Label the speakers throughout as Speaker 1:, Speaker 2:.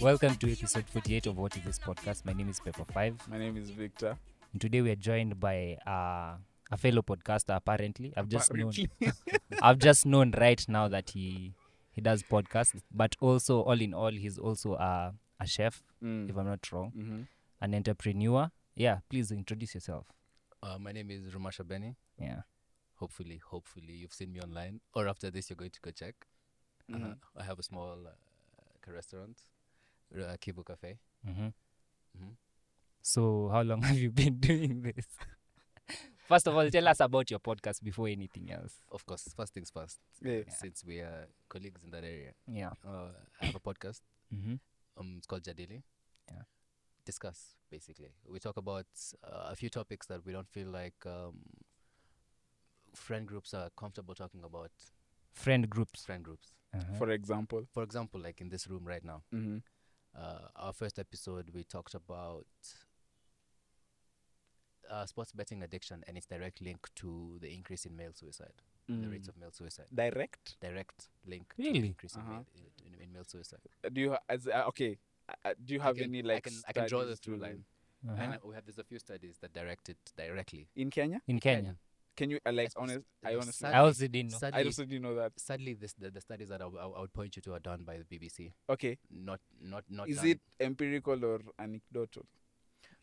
Speaker 1: Welcome to episode 48 of What Is This Podcast. My name is Pepper Five,
Speaker 2: My name is Victor.
Speaker 1: and today we are joined by uh, a fellow podcaster. Apparently, I've just known, I've just known right now that he he does podcasts, but also all in all, he's also a a chef, if I'm not wrong,
Speaker 2: Mm-hmm.
Speaker 1: an entrepreneur. Yeah, please introduce yourself.
Speaker 3: Uh, my name is Romasha Benny.
Speaker 1: Yeah,
Speaker 3: Hopefully, hopefully you've seen me online, or after this you're going to go check. Uh, I have a small uh, restaurant, uh, Kibu Cafe.
Speaker 1: mm-hmm.
Speaker 3: Mhm.
Speaker 1: So, how long have you been doing this? First of all, tell us about your podcast before anything else.
Speaker 3: Of course, first things first.
Speaker 2: Yeah.
Speaker 3: Since we are colleagues in that area,
Speaker 1: Yeah.
Speaker 3: uh, I have a podcast.
Speaker 1: Mm-hmm.
Speaker 3: Um, it's called Jadili.
Speaker 1: Yeah.
Speaker 3: Discuss basically. We talk about uh, a few topics that we don't feel like um, friend groups are comfortable talking about.
Speaker 1: Friend groups.
Speaker 3: Friend groups,
Speaker 1: Uh-huh.
Speaker 2: For example.
Speaker 3: for example, like in this room right now.
Speaker 2: Mm-hmm.
Speaker 3: uh, our first episode we talked about uh, sports betting addiction and its direct link to the increase in male suicide,
Speaker 2: Hmm.
Speaker 3: the rates of male suicide.
Speaker 2: Direct?
Speaker 3: Direct link to
Speaker 1: Really?
Speaker 3: the increase
Speaker 2: Uh-huh.
Speaker 3: in, male, in, in male suicide.
Speaker 2: Uh, Do you ha- as, uh, okay? Uh, uh, do you have
Speaker 3: I can,
Speaker 2: any like?
Speaker 3: I can, I can draw the
Speaker 2: studies
Speaker 3: through
Speaker 2: to-
Speaker 3: line.
Speaker 1: Uh-huh.
Speaker 3: And uh, we have there's a few studies that direct it directly.
Speaker 2: in Kenya?
Speaker 1: in Kenya.
Speaker 2: Can you uh, like
Speaker 3: Yes, but
Speaker 2: honest?
Speaker 3: it
Speaker 2: I
Speaker 3: was
Speaker 2: honestly,
Speaker 3: sad-
Speaker 1: I also didn't know.
Speaker 2: I
Speaker 3: Sadly,
Speaker 2: also didn't know that.
Speaker 3: sadly, this the, the studies that I, w- I w- I would point you to are done by the BBC.
Speaker 2: Okay,
Speaker 3: Not not not.
Speaker 2: is
Speaker 3: done-
Speaker 2: it empirical or anecdotal?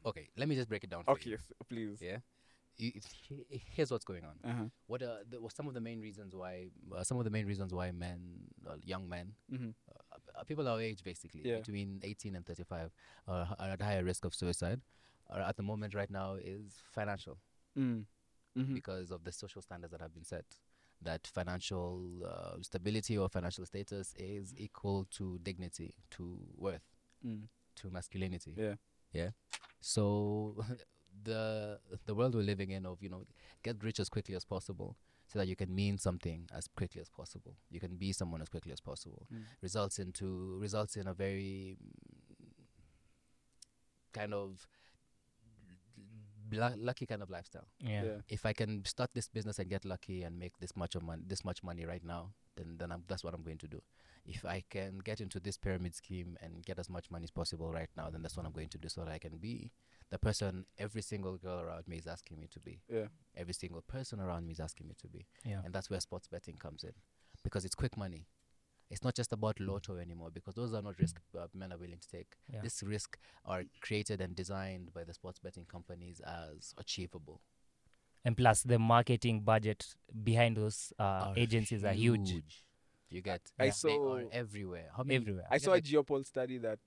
Speaker 3: okay? Let me just break it down. For
Speaker 2: Okay,
Speaker 3: You.
Speaker 2: yes, please.
Speaker 3: Yeah. You- it's- here's what's going on.
Speaker 2: Uh-huh.
Speaker 3: what are the, what some of the main reasons why uh, some of the main reasons why men uh, young men
Speaker 2: Mm-hmm.
Speaker 3: uh, people our age basically
Speaker 2: Yeah.
Speaker 3: between 18 and 35 are, h- are at higher risk of suicide are at the moment right now is financial
Speaker 2: Mm. Mm-hmm.
Speaker 3: because of the social standards that have been set that financial uh, stability or financial status is equal to dignity to worth
Speaker 2: Mm.
Speaker 3: to masculinity
Speaker 2: Yeah.
Speaker 3: so the the world we're living in of you know get rich as quickly as possible so that you can mean something as quickly as possible. You can be someone as quickly as possible.
Speaker 2: Mm.
Speaker 3: Results into results in a very mm, kind of lu- lucky kind of lifestyle.
Speaker 1: Yeah.
Speaker 2: Yeah.
Speaker 3: If I can start this business and get lucky and make this much of money, this much money right now, then then I'm, that's what I'm going to do. If I can get into this pyramid scheme and get as much money as possible right now, then that's what I'm going to do, so that I can be the person every single girl around me is asking me to be.
Speaker 2: Yeah.
Speaker 3: Every single person around me is asking me to be
Speaker 1: Yeah.
Speaker 3: and that's where sports betting comes in because it's quick money it's not just about lotto anymore because those are not risk uh, men are willing to take
Speaker 1: Yeah.
Speaker 3: this risk are created and designed by the sports betting companies as achievable
Speaker 1: And plus, the marketing budget behind those uh,
Speaker 3: Are
Speaker 1: agencies are huge.
Speaker 3: Oh, you get
Speaker 2: I
Speaker 1: Yeah.
Speaker 3: they
Speaker 2: saw.
Speaker 3: are everywhere how many
Speaker 1: Everywhere.
Speaker 2: I
Speaker 3: you
Speaker 2: saw a
Speaker 3: have
Speaker 2: Geopoll study that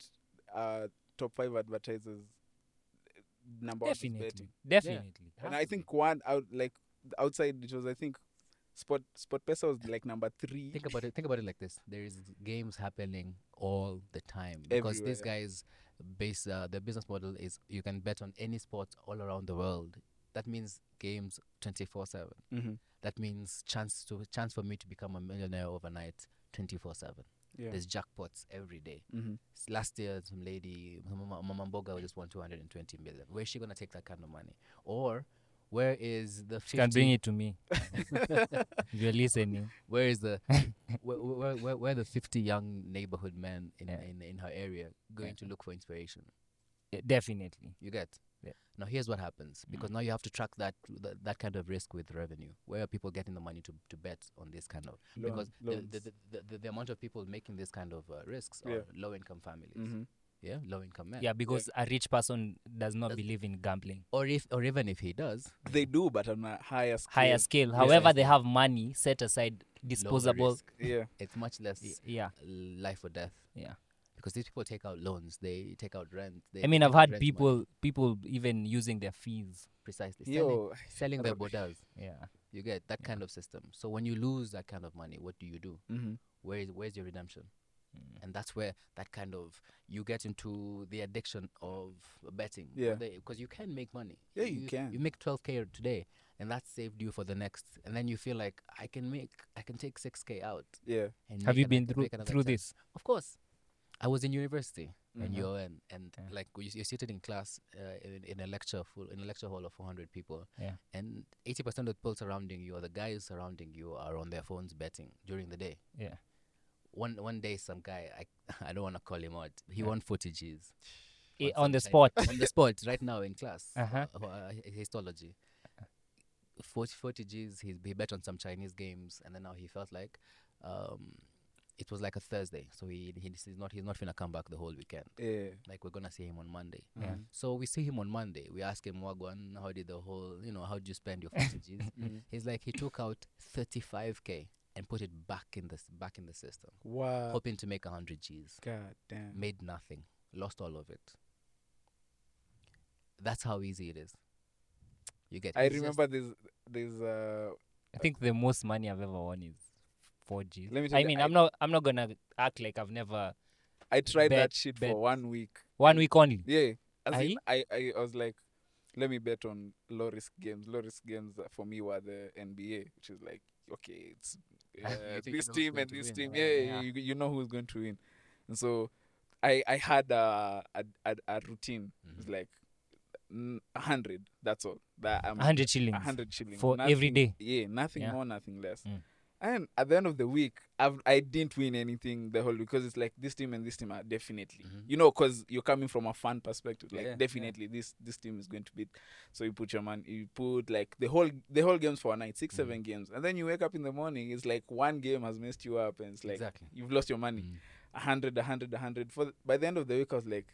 Speaker 2: uh, top five advertisers uh, number one is betting.
Speaker 1: Definitely. Definitely.
Speaker 2: and I think one out like th- outside it was I think Sport Sport Pesa was like number three.
Speaker 3: think about it think about it like this there is games happening all the time because
Speaker 2: Everywhere,
Speaker 3: these guys base uh, their business model is you can bet on any sport all around the world that means games 24 7
Speaker 2: mm-hmm.
Speaker 3: that means chance to chance for me to become a millionaire overnight 24 7
Speaker 2: Yeah.
Speaker 3: there's jackpots every day
Speaker 2: Mm-hmm.
Speaker 3: S- last year some lady Mama Mama Mboga just won 220 million where's she gonna take that kind of money or where is the
Speaker 1: You can bring
Speaker 3: 50,
Speaker 1: it to me. if you're listening.
Speaker 3: where is the where, where, where, where are the 50 young neighborhood men in,
Speaker 1: Yeah.
Speaker 3: in, in her area going to look for inspiration
Speaker 1: Yeah, Definitely.
Speaker 3: You get.
Speaker 1: Yeah.
Speaker 3: Now here's what happens
Speaker 2: Mm-hmm.
Speaker 3: because now you have to track that, that that kind of risk with revenue. Where are people getting the money to, to bet on this kind of
Speaker 2: Loan-
Speaker 3: because the,
Speaker 2: loans.
Speaker 3: the, the, the, the amount of people making this kind of uh, risks
Speaker 2: Yeah.
Speaker 3: are low income families.
Speaker 2: Mm-hmm.
Speaker 3: Yeah, low income men.
Speaker 1: Yeah, because a rich person does not
Speaker 3: Does-
Speaker 1: believe in gambling.
Speaker 3: Or if or even if he does,
Speaker 2: They do, but on a higher scale.
Speaker 1: Higher scale. However, they have money set aside, disposable.
Speaker 3: risk.
Speaker 2: Yeah.
Speaker 3: it's much less
Speaker 1: Y- Yeah.
Speaker 3: life or death
Speaker 1: Yeah.
Speaker 3: because these people take out loans, they take out rent. They
Speaker 1: I mean, I've
Speaker 3: take out
Speaker 1: had
Speaker 3: rent money.
Speaker 1: people, people even using their fees.
Speaker 3: precisely selling,
Speaker 2: Yo,
Speaker 3: selling their bordels.
Speaker 1: Yeah.
Speaker 3: You get that kind of system. So when you lose that kind of money, what do you do?
Speaker 2: mm-hmm.
Speaker 3: Where is where's your redemption?
Speaker 1: Mm.
Speaker 3: and that's where that kind of you get into the addiction of betting
Speaker 2: Yeah.
Speaker 3: because you can make money
Speaker 2: Yeah, you can.
Speaker 3: you make 12k today and that saved you for the next and then you feel like i can make i can take 6k out
Speaker 2: yeah.
Speaker 3: and
Speaker 1: Have
Speaker 3: make
Speaker 1: you
Speaker 3: an-
Speaker 1: been
Speaker 3: and
Speaker 1: through
Speaker 3: make another
Speaker 1: through
Speaker 3: 10.
Speaker 1: this? Mm-hmm.
Speaker 3: of course i was in university and
Speaker 2: Mhm.
Speaker 3: you're in and
Speaker 1: Yeah.
Speaker 3: like you- you're seated in class uh, in, in a lecture full in a lecture hall of 400 people
Speaker 1: Yeah.
Speaker 3: and 80 percent of the people surrounding you or the guys surrounding you are on their phones betting during the day
Speaker 1: Yeah.
Speaker 3: one one day some guy I I don't want to call him out. He won footages
Speaker 1: I-
Speaker 3: on
Speaker 1: Eh, on the
Speaker 3: some
Speaker 1: spot.
Speaker 3: on the spot right now in class.
Speaker 1: Uh-huh.
Speaker 3: uh, uh, histology. Fort- Footages. He he bet on some Chinese games, and then now he felt like. Um, it was like a Thursday, so he, he he's not he's not gonna come back the whole weekend.
Speaker 2: Yeah.
Speaker 3: Like we're gonna see him on Monday.
Speaker 1: Yeah.
Speaker 2: Mhm.
Speaker 3: So we see him on Monday. We ask him, Wagwan, how did the whole, you know, how did you spend your footages?
Speaker 2: Mhm.
Speaker 3: He's like, he took out 35k and put it back in the s- back in the system,
Speaker 2: Wow.
Speaker 3: hoping to make 100 G's.
Speaker 2: God damn.
Speaker 3: Made nothing, lost all of it. That's how easy it is. You get.
Speaker 2: I
Speaker 3: it's just-
Speaker 2: remember this. This. Uh,
Speaker 1: I think the most money I've ever won is four G.
Speaker 2: Let me tell
Speaker 1: I
Speaker 2: you,
Speaker 1: mean,
Speaker 2: I-
Speaker 1: I, am not I'm not gonna act like I've never
Speaker 2: I tried
Speaker 1: Bet-
Speaker 2: that shit
Speaker 1: bet.
Speaker 2: for one week.
Speaker 1: one week only.
Speaker 2: Yeah. As
Speaker 1: Aye?
Speaker 2: in, I, I, I was like, let me bet on low risk games. Low risk games uh, for me were the NBA, which is like, okay, it's uh,
Speaker 3: think you know
Speaker 2: this
Speaker 3: who's
Speaker 2: team
Speaker 3: going
Speaker 2: and
Speaker 3: to
Speaker 2: this
Speaker 3: win,
Speaker 2: team.
Speaker 3: right?
Speaker 2: Yeah,
Speaker 1: Yeah.
Speaker 2: You, you know who's going to win. And so I, I had a, a, a, a routine. It's
Speaker 3: Mhm.
Speaker 2: like, mm, a 100, that's all. That I'm,
Speaker 1: A hundred shillings.
Speaker 2: a hundred shillings
Speaker 1: for every
Speaker 2: Nothing-
Speaker 1: day.
Speaker 2: Yeah, nothing
Speaker 1: Yeah.
Speaker 2: more, nothing less.
Speaker 1: Mm.
Speaker 2: And at the end of the week, I've, I didn't win anything the whole because it's like this team and this team are definitely,
Speaker 1: Mm-hmm.
Speaker 3: Mhm.
Speaker 2: you know, because you're coming from a fan perspective. Like
Speaker 3: Yeah, yeah.
Speaker 2: definitely, this this team is going to beat. So you put your man, you put like the whole the whole games for a night, 6
Speaker 1: Mm.
Speaker 2: seven games, and then you wake up in the morning. It's like one game has messed you up, and it's like
Speaker 3: Exactly.
Speaker 2: you've lost your money.
Speaker 3: Mm.
Speaker 2: A hundred, a hundred, a hundred. For by the end of the week, I was like,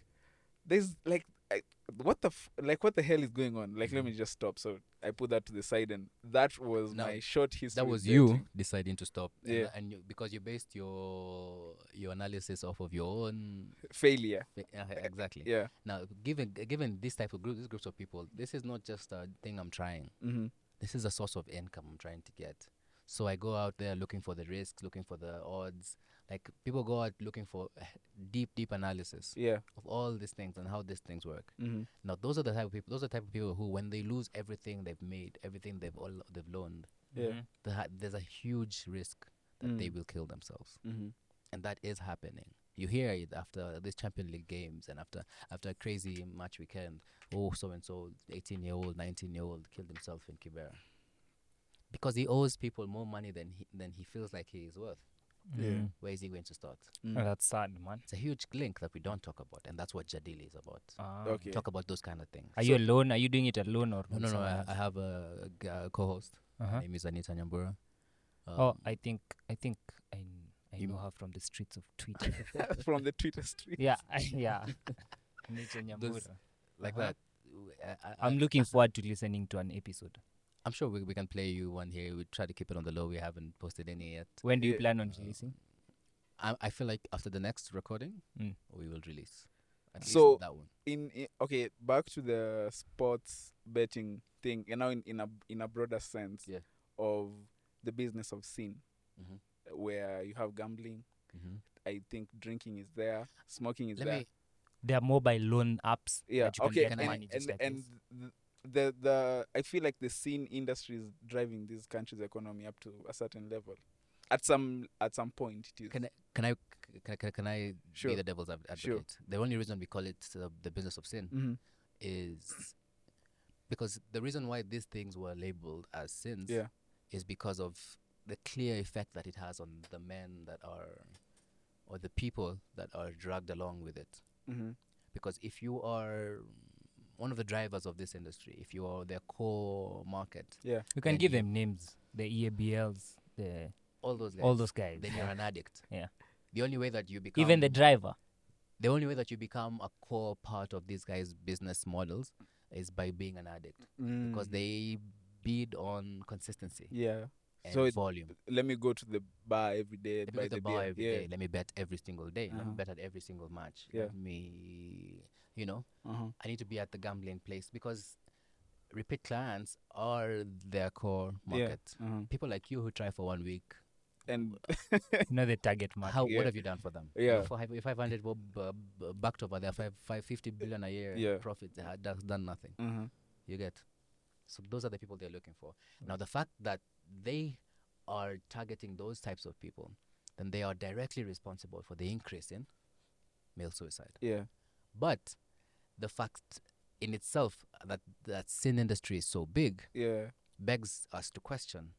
Speaker 2: there's like, I, what the f- like what the hell is going on? Like,
Speaker 3: Mm.
Speaker 2: let me just stop. So I put that to the side, and that was
Speaker 3: Now,
Speaker 2: my short history.
Speaker 3: That was
Speaker 2: betting.
Speaker 3: you deciding to stop, and-
Speaker 2: Yeah.
Speaker 3: and, you, because you based your your analysis off of your own.
Speaker 2: failure.
Speaker 3: Yeah, exactly.
Speaker 2: Yeah.
Speaker 3: Now, given given this type of group, these groups of people, this is not just a thing I'm trying.
Speaker 2: Mm-hmm.
Speaker 3: This is a source of income I'm trying to get. So I go out there looking for the risks, looking for the odds. Like people go out looking for eh, deep, deep analysis
Speaker 2: Yeah.
Speaker 3: of all these things and how these things work.
Speaker 2: Mm-hmm.
Speaker 3: Now, those are the type of people. Those are the type of people who, when they lose everything they've made, everything they've all they've loaned,
Speaker 2: Yeah.
Speaker 1: Mhm.
Speaker 3: they ha- there's a huge risk that they
Speaker 2: Mm.
Speaker 3: will kill themselves
Speaker 2: Mm-hmm.
Speaker 3: and that is happening. You hear it after these Champions League games and after after a crazy match weekend. Oh, so and so, eighteen year old, nineteen year old killed himself in Kibera because he owes people more money than he, than he feels like he is worth.
Speaker 2: Yeah.
Speaker 1: Mhm.
Speaker 3: Where is he going to start?
Speaker 1: Oh, that's sad, man.
Speaker 3: It's a huge link that we don't talk about, and that's what Jadili is about.
Speaker 1: Ah.
Speaker 2: Okay.
Speaker 3: Talk about those kind of things.
Speaker 1: Are you alone? Are you doing it alone or
Speaker 3: No,
Speaker 1: with
Speaker 3: no, no.
Speaker 1: someone
Speaker 3: I,
Speaker 1: else?
Speaker 3: I have a, g- a co-host.
Speaker 1: Uh-huh.
Speaker 3: Her name is Anita Nyambura.
Speaker 1: oh,
Speaker 3: Um,
Speaker 1: I think I think I kn- I
Speaker 3: you-
Speaker 1: know her from the streets of Twitter.
Speaker 2: From the Twitter street.
Speaker 1: yeah, I, yeah. Nietzsche Nyambura.
Speaker 3: like
Speaker 1: uh-huh.
Speaker 3: that. w- I, I- I-
Speaker 1: I'm looking forward to listening to an episode.
Speaker 3: I'm sure we, we can play you one here. We try to keep it on the low. We haven't posted any yet.
Speaker 1: When do you
Speaker 2: Yeah.
Speaker 1: plan on
Speaker 3: Uh,
Speaker 1: releasing?
Speaker 3: I, I feel like after the next recording,
Speaker 1: Mm.
Speaker 3: we will release. At least
Speaker 2: So-
Speaker 3: that one.
Speaker 2: In, i okay, back to the sports betting thing. You know, in, in a in a broader sense
Speaker 3: Yeah.
Speaker 2: of the business of sin,
Speaker 3: Mhm.
Speaker 2: where you have gambling. I think drinking is there, smoking Mm-hmm. is there.
Speaker 3: Let me.
Speaker 1: There are mobile loan apps.
Speaker 2: yeah
Speaker 1: that you can
Speaker 2: okay
Speaker 1: get
Speaker 2: and,
Speaker 1: money just
Speaker 2: and,
Speaker 1: like
Speaker 2: and
Speaker 1: this.
Speaker 2: th- the the i feel like the scene industry is driving this country's economy up to a certain level at some at some point it is
Speaker 3: Can I? Can I? Can, can, can I
Speaker 2: Sure.
Speaker 3: be the devil's ad- advocate?
Speaker 2: Sure.
Speaker 3: The only reason we call it uh, the business of sin
Speaker 2: Mhm.
Speaker 3: is because the reason why these things were labeled as sins
Speaker 2: Yeah.
Speaker 3: is because of the clear effect that it has on the men that are, or the people that are dragged along with it.
Speaker 2: Mhm.
Speaker 3: because if you are one of the drivers of this industry, if you are their core market,
Speaker 2: yeah
Speaker 1: You can
Speaker 3: then
Speaker 1: give
Speaker 3: you-
Speaker 1: them names. The E EABLs, the
Speaker 3: all those guys,
Speaker 1: all those guys.
Speaker 3: then you're an addict.
Speaker 1: Yeah.
Speaker 3: The only way that you become
Speaker 1: Even the driver.
Speaker 3: the only way that you become a core part of these guys' business models is by being an addict because
Speaker 2: Mm.
Speaker 3: they bid on consistency
Speaker 2: yeah
Speaker 3: and
Speaker 2: so it-
Speaker 3: volume.
Speaker 2: let me go to the bar every day
Speaker 3: Let me
Speaker 2: by
Speaker 3: go to
Speaker 2: the
Speaker 3: the bar
Speaker 2: beer.
Speaker 3: every
Speaker 2: yeah.
Speaker 3: day. Let me bet every single day. Let
Speaker 2: Uh-huh.
Speaker 3: me bet at every single match.
Speaker 2: Yeah.
Speaker 3: Let me, you know,
Speaker 2: Uh-huh.
Speaker 3: I need to be at the gambling place because repeat clients are their core
Speaker 2: Yeah.
Speaker 3: market.
Speaker 2: Uh-huh.
Speaker 3: People like you who try for one week,
Speaker 2: and
Speaker 1: you know the target market.
Speaker 3: how
Speaker 2: yeah.
Speaker 3: what have you done for them?
Speaker 2: Yeah.
Speaker 3: Your five- your 500 bob, uh, b- bucked over their five, 550 billion a year
Speaker 2: Yeah.
Speaker 3: profit uh, that's done nothing.
Speaker 2: uh-huh.
Speaker 3: You get. So those are the people they're looking for. Now the fact that they are targeting those types of people, then they are directly responsible for the increase in male suicide.
Speaker 2: yeah
Speaker 3: But the fact in itself that that sin industry is so big
Speaker 2: yeah
Speaker 3: begs us to question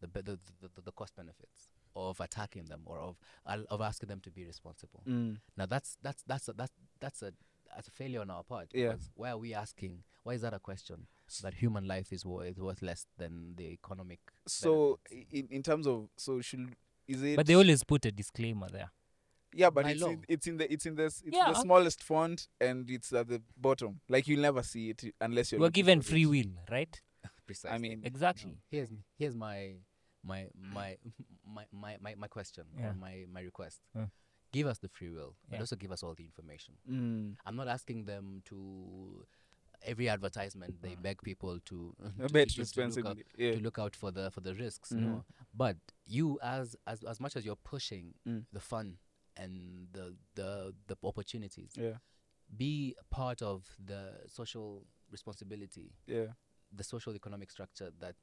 Speaker 3: the be- the, the, the, the cost benefits. of attacking them or of al- of asking them to be responsible.
Speaker 2: Mm.
Speaker 3: Now that's that's that's a, that's that's a that's a failure on our part.
Speaker 2: Yeah.
Speaker 3: because Why are we asking? Why is that a question? That human life is worth, worth less than the economic.
Speaker 2: So i- in, in terms of so should is it
Speaker 1: But they always put a disclaimer there.
Speaker 2: yeah but
Speaker 3: by
Speaker 2: it's in,
Speaker 3: law.
Speaker 2: it's in the it's in the s- it's
Speaker 1: Yeah,
Speaker 2: the
Speaker 1: I-
Speaker 2: smallest font and it's at the bottom like you'll never see it unless you're
Speaker 1: We're
Speaker 2: looking
Speaker 1: given
Speaker 2: for
Speaker 1: free
Speaker 2: it.
Speaker 1: will, right?
Speaker 3: Precisely.
Speaker 2: I mean
Speaker 1: Exactly.
Speaker 3: here's here's my my my my my, my, my question
Speaker 1: Yeah.
Speaker 3: or my my request.
Speaker 1: Yeah.
Speaker 3: Give us the free will, but
Speaker 1: Yeah.
Speaker 3: also give us all the information.
Speaker 2: mm.
Speaker 3: I'm not asking them to every advertisement
Speaker 1: Mm.
Speaker 3: they beg people to
Speaker 2: I
Speaker 3: to,
Speaker 2: mm, bet
Speaker 3: to- to look out,
Speaker 2: responsibly yeah
Speaker 3: to look out for the for the risks.
Speaker 2: Mhm.
Speaker 3: No,
Speaker 1: Mm-hmm.
Speaker 3: but you as as as much as you're pushing
Speaker 2: Mm.
Speaker 3: the fun and the the the opportunities,
Speaker 2: yeah
Speaker 3: be part of the social responsibility
Speaker 2: yeah
Speaker 3: the social economic structure that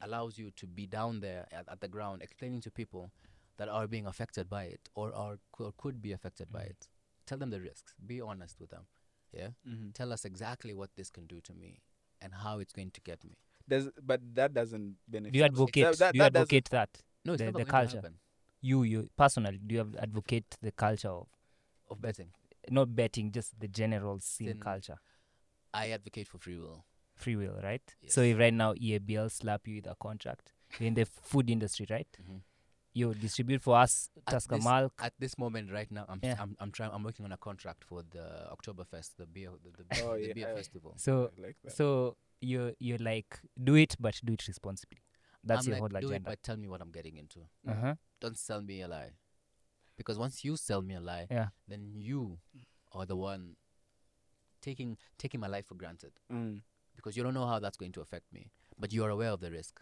Speaker 3: allows you to be down there at, at the ground explaining to people that are being affected by it or are or could be affected
Speaker 1: Mm-hmm.
Speaker 3: by it tell them the risks be honest with them yeah
Speaker 1: Mm-hmm.
Speaker 2: Mhm.
Speaker 3: tell us exactly what this can do to me and how it's going to get me
Speaker 2: Does but that doesn't benefit.
Speaker 1: Do you advocate?
Speaker 2: That- that-
Speaker 1: do you
Speaker 2: that doesn't-
Speaker 1: advocate that?
Speaker 3: no it's
Speaker 1: The-
Speaker 3: never
Speaker 1: the
Speaker 3: going to
Speaker 1: culture.
Speaker 3: happen
Speaker 1: You, you personally, do you ad- advocate the culture of
Speaker 3: of betting
Speaker 1: not betting, just the general scene
Speaker 3: Then-
Speaker 1: culture,
Speaker 3: i advocate for free will
Speaker 1: free will, right? So
Speaker 3: Yes.
Speaker 1: if right now E EABL slap you with a contract, you're in the food industry, right?
Speaker 3: Mhm.
Speaker 1: You distribute for us
Speaker 3: At this-
Speaker 1: Tusker Malk.
Speaker 3: at this moment right now i'm
Speaker 1: Yeah.
Speaker 3: i'm, I'm trying i'm working on a contract for the oktoberfest the beer the, the,
Speaker 2: Oh,
Speaker 3: the
Speaker 2: yeah,
Speaker 3: beer
Speaker 2: I-
Speaker 3: festival
Speaker 1: So
Speaker 2: I like that.
Speaker 1: so you you're like do it, but do it responsibly. That's
Speaker 3: i'm
Speaker 1: your
Speaker 3: like
Speaker 1: whole
Speaker 3: do it
Speaker 1: agenda.
Speaker 3: but tell me what i'm getting into
Speaker 1: uh-huh.
Speaker 3: don't sell me a lie. Because once you sell me a lie,
Speaker 1: Yeah.
Speaker 3: then you are the one taking taking my life for granted.
Speaker 2: Mm.
Speaker 3: Because you don't know how that's going to affect me. But you're aware of the risk.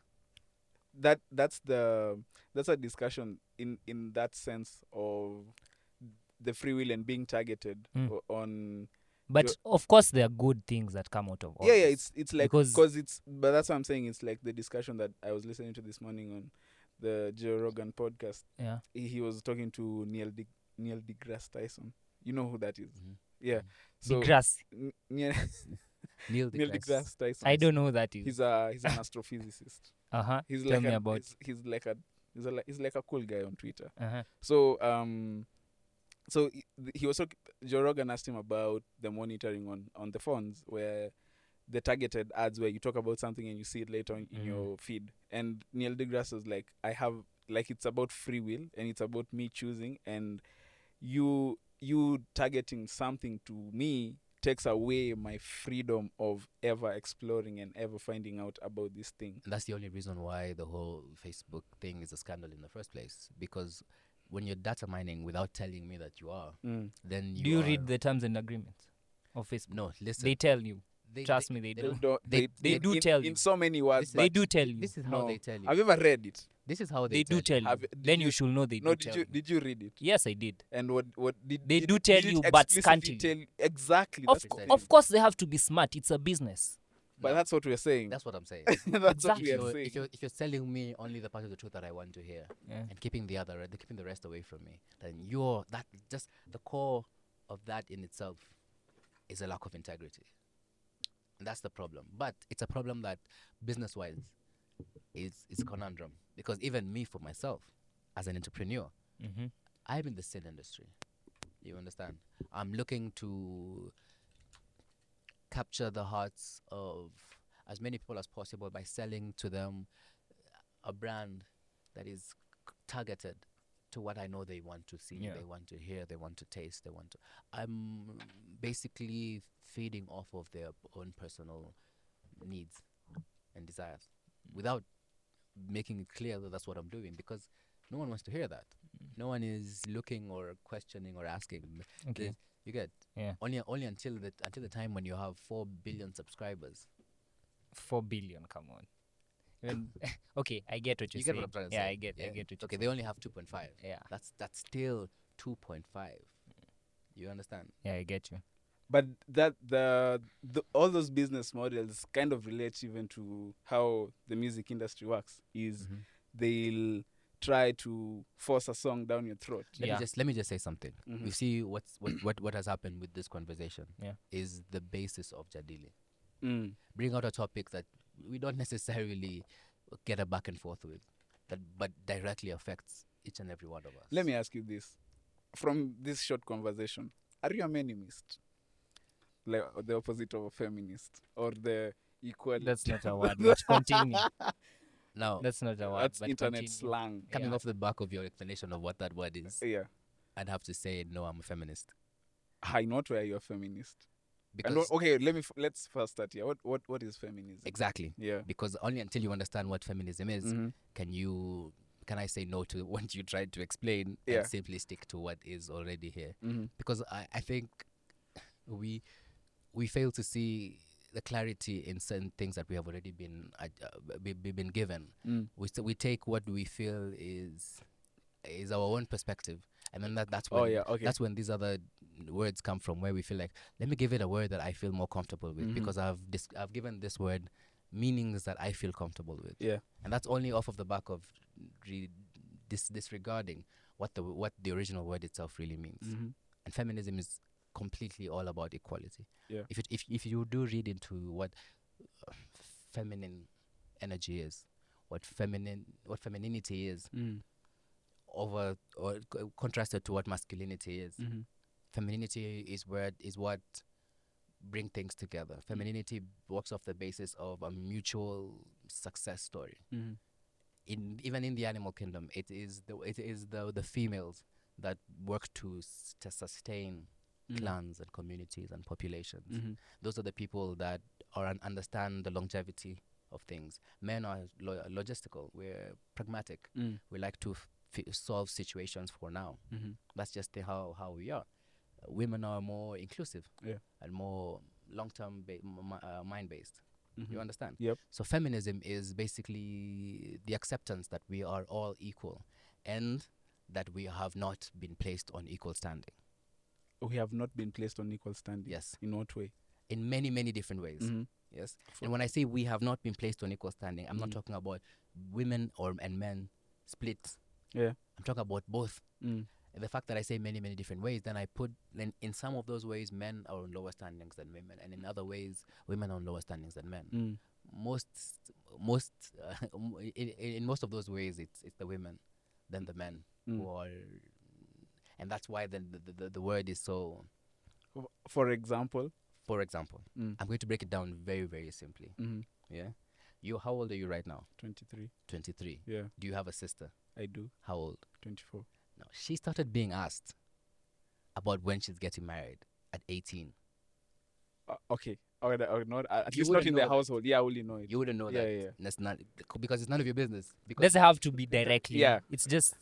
Speaker 2: That that's the that's a discussion in in that sense of the free will and being targeted
Speaker 1: Mm.
Speaker 2: o- on.
Speaker 1: But of course, there are good things that come out of all
Speaker 2: yeah, yeah.
Speaker 1: this.
Speaker 2: It's it's like
Speaker 1: Because-
Speaker 2: because it's but that's what I'm saying. It's like the discussion that I was listening to this morning on the Joe Rogan podcast.
Speaker 1: yeah.
Speaker 2: He, he was talking to Neil De, Neil deGrasse Tyson. You know who that is?
Speaker 1: Mm-hmm.
Speaker 3: Mhm.
Speaker 2: Yeah. So
Speaker 1: Degrassi.
Speaker 2: N- Neil,
Speaker 3: Neil
Speaker 2: Neil
Speaker 3: deGrasse.
Speaker 2: deGrasse Tyson.
Speaker 1: I don't know who that is.
Speaker 2: He's a he's an astrophysicist.
Speaker 1: Uh huh.
Speaker 2: He's
Speaker 1: Tell
Speaker 2: like
Speaker 1: me
Speaker 2: a,
Speaker 1: about.
Speaker 2: He's, he's like a he's a, li- he's like a cool guy on Twitter.
Speaker 1: Uh-huh.
Speaker 2: So um, so he, he was talk- Joe Rogan asked him about the monitoring on on the phones where the targeted ads where you talk about something and you see it later on in
Speaker 1: Mm.
Speaker 2: your feed. And Neil deGrasse was like, I have like it's about free will and it's about me choosing and you you targeting something to me takes away my freedom of ever exploring and ever finding out about this thing.
Speaker 3: And that's the only reason why the whole Facebook thing is a scandal in the first place. Because when you're data mining without telling me that you are,
Speaker 2: Mm.
Speaker 3: then you
Speaker 1: Do you
Speaker 3: are-
Speaker 1: read the terms and agreements of Facebook?
Speaker 3: No, listen.
Speaker 1: They tell you.
Speaker 3: they-
Speaker 1: Trust
Speaker 3: they-
Speaker 1: me, they
Speaker 3: they
Speaker 1: do.
Speaker 3: don't-
Speaker 2: don't-
Speaker 3: They-
Speaker 2: they,
Speaker 1: they
Speaker 2: in-
Speaker 1: do
Speaker 2: in-
Speaker 1: tell
Speaker 2: in
Speaker 1: you.
Speaker 2: so many words.
Speaker 3: Listen,
Speaker 1: They
Speaker 2: but
Speaker 1: do tell you.
Speaker 3: This is how
Speaker 2: no.
Speaker 3: they tell you.
Speaker 2: Have you ever read it?
Speaker 3: this is how they,
Speaker 1: They
Speaker 3: tell
Speaker 1: do tell
Speaker 2: Have
Speaker 1: you.
Speaker 2: you- did
Speaker 1: Then you
Speaker 2: you-
Speaker 1: should know they
Speaker 2: No,
Speaker 1: do
Speaker 2: did
Speaker 1: tell
Speaker 2: you
Speaker 1: you.
Speaker 2: did you read it?
Speaker 1: Yes, I did.
Speaker 2: And what what did
Speaker 1: They
Speaker 2: did,
Speaker 1: do tell
Speaker 2: did
Speaker 1: you,
Speaker 2: it
Speaker 1: but
Speaker 2: explicitly
Speaker 1: scantily.
Speaker 2: tell you- exactly.
Speaker 1: Of,
Speaker 2: That's the
Speaker 1: co-
Speaker 3: Precisely.
Speaker 1: of
Speaker 2: thing.
Speaker 1: course, they have to be smart. It's a business.
Speaker 2: But that's what we're saying. That's,
Speaker 3: That's what I'm saying.
Speaker 1: exactly.
Speaker 2: what
Speaker 3: If
Speaker 2: we're
Speaker 3: you're,
Speaker 2: saying.
Speaker 3: if, you're, if you're selling me only the part of the truth that I want to hear
Speaker 1: Yeah.
Speaker 3: and keeping the other, the- keeping the rest away from me, then you're that just the core of that in itself is a lack of integrity. And that's the problem. But it's a problem that business wise is is a conundrum because even me for myself as an entrepreneur,
Speaker 1: Mm-hmm.
Speaker 3: I'm in the sin industry. You understand? I'm looking to capture the hearts of as many people as possible by selling to them a brand that is c- targeted to what I know they want to see,
Speaker 1: Yeah.
Speaker 3: they want to hear, they want to taste, they want to. I'm basically feeding off of their own personal needs and desires without making it clear that that's what I'm doing because no one wants to hear that.
Speaker 1: Mm.
Speaker 3: No one is looking or questioning or asking.
Speaker 1: Okay.
Speaker 3: There's- You get
Speaker 1: Yeah.
Speaker 3: only only until the until the time when you have four billion subscribers.
Speaker 1: Four billion. Come on. Even- okay, I get what you're
Speaker 3: you get
Speaker 1: saying.
Speaker 3: what I'm trying to
Speaker 1: yeah,
Speaker 3: say?
Speaker 1: I get. I get what
Speaker 3: Okay, they only have two point five.
Speaker 1: you. Yeah.
Speaker 3: That's that's still two point five. You understand?
Speaker 1: Yeah, I get you.
Speaker 2: but that the, the all those business models kind of relate even to how the music industry works. Is
Speaker 1: Mm-hmm.
Speaker 3: Mhm.
Speaker 2: they'll try to force a song down your throat.
Speaker 3: Let
Speaker 1: Yeah.
Speaker 3: me just let me just say something. You
Speaker 2: Mhm.
Speaker 3: see what's what, what what has happened with this conversation
Speaker 1: Yeah.
Speaker 3: is the basis of Jadili.
Speaker 2: Mm.
Speaker 3: Bring out a topic that we don't necessarily get a back and forth with, that but directly affects each and every one of us.
Speaker 2: Let me ask you this: from this short conversation, are you a meninist, like or the opposite of a feminist, or the equal?
Speaker 1: That's not a word. But continue.
Speaker 3: now
Speaker 1: That's not a word.
Speaker 2: That's
Speaker 1: but
Speaker 2: internet
Speaker 1: continue.
Speaker 2: slang.
Speaker 3: coming
Speaker 1: yeah.
Speaker 3: off the back of your explanation of what that word is,
Speaker 2: Yeah,
Speaker 3: I'd have to say no, I'm a feminist
Speaker 2: I not where you're a feminist. And what,
Speaker 3: because
Speaker 2: okay, let me f- let's first start here. What what what is feminism?
Speaker 3: exactly
Speaker 2: yeah.
Speaker 3: because only until you understand what feminism is
Speaker 2: Mhm.
Speaker 3: can you can I say no to what you tried to explain
Speaker 2: Yeah.
Speaker 3: and simply stick to what is already here
Speaker 2: Mhm.
Speaker 3: because I, I think we we fail to see the clarity in certain things that we have already been uh, uh, be, be- been given.
Speaker 2: Mm.
Speaker 3: We s we take what we feel is is our own perspective, and then that that's when
Speaker 2: Oh yeah. Okay.
Speaker 3: that's when these other words come from where we feel like let me give it a word that I feel more comfortable with
Speaker 2: Mhm.
Speaker 3: because I've dis- I've given this word meanings that I feel comfortable with.
Speaker 2: Yeah.
Speaker 3: And that's only off of the back of re- dis- disregarding what the what the original word itself really means
Speaker 2: Mhm.
Speaker 3: and feminism is completely all about equality.
Speaker 2: Yeah.
Speaker 3: If it, if if you do read into what uh, feminine energy is, what feminine what femininity is,
Speaker 2: Mm.
Speaker 3: over or co- contrasted to what masculinity is,
Speaker 2: Mhm.
Speaker 3: femininity is where is what bring things together. Femininity works off the basis of a mutual success story.
Speaker 2: Mhm.
Speaker 3: In even in the animal kingdom, it is the it is the the females that work to s- to sustain
Speaker 2: Mhm.
Speaker 3: clans and communities and populations.
Speaker 2: Mhm.
Speaker 3: Those are the people that are un- understand the longevity of things. Men are lo- logistical. We're pragmatic.
Speaker 2: Mm.
Speaker 3: We like to f- fi- solve situations for now.
Speaker 2: Mhm.
Speaker 3: That's just the how how we are. Uh, women are more inclusive
Speaker 2: Yeah.
Speaker 3: and more long term ba- m- mi- uh, mind based. You
Speaker 2: Mhm.
Speaker 3: understand?
Speaker 2: Yep.
Speaker 3: So feminism is basically the acceptance that we are all equal and that we have not been placed on equal standing.
Speaker 2: We have not been placed on equal standing.
Speaker 3: Yes.
Speaker 2: In what way?
Speaker 3: in many many different ways
Speaker 2: Mhm.
Speaker 3: yes
Speaker 2: Sure.
Speaker 3: and when i say we have not been placed on equal standing i'm not
Speaker 2: Mm.
Speaker 3: talking about women or and men split
Speaker 2: Yeah.
Speaker 3: i'm talking about both
Speaker 2: Mm.
Speaker 3: and the fact that i say many many different ways then i put then in some of those ways men are on lower standings than women and in other ways women are on lower standings than men
Speaker 2: Mm.
Speaker 3: most most uh, in, in in most of those ways it's it's the women than the men who
Speaker 2: Mm.
Speaker 3: are and that's why then the, the, the word is so
Speaker 2: For- For example.
Speaker 3: for example
Speaker 2: Mm.
Speaker 3: i'm going to break it down very very simply
Speaker 2: Mhm.
Speaker 3: Yeah. You, how old are you right now?
Speaker 2: 23.
Speaker 3: 23.
Speaker 2: Yeah,
Speaker 3: Do you have a sister?
Speaker 2: I do.
Speaker 3: How old?
Speaker 2: 24.
Speaker 3: No. She started being asked about when she's getting married at 18.
Speaker 2: Uh, okay. All right, all right, not, uh, at
Speaker 3: You
Speaker 2: least not
Speaker 3: wouldn't
Speaker 2: in the
Speaker 3: know that.
Speaker 2: household. Yeah, I only know it.
Speaker 3: You wouldn't know
Speaker 2: Yeah,
Speaker 3: that.
Speaker 2: yeah, yeah.
Speaker 3: That's not c- because it's none of your business. Because
Speaker 1: Doesn't have to be directly.
Speaker 2: Yeah.
Speaker 1: It's just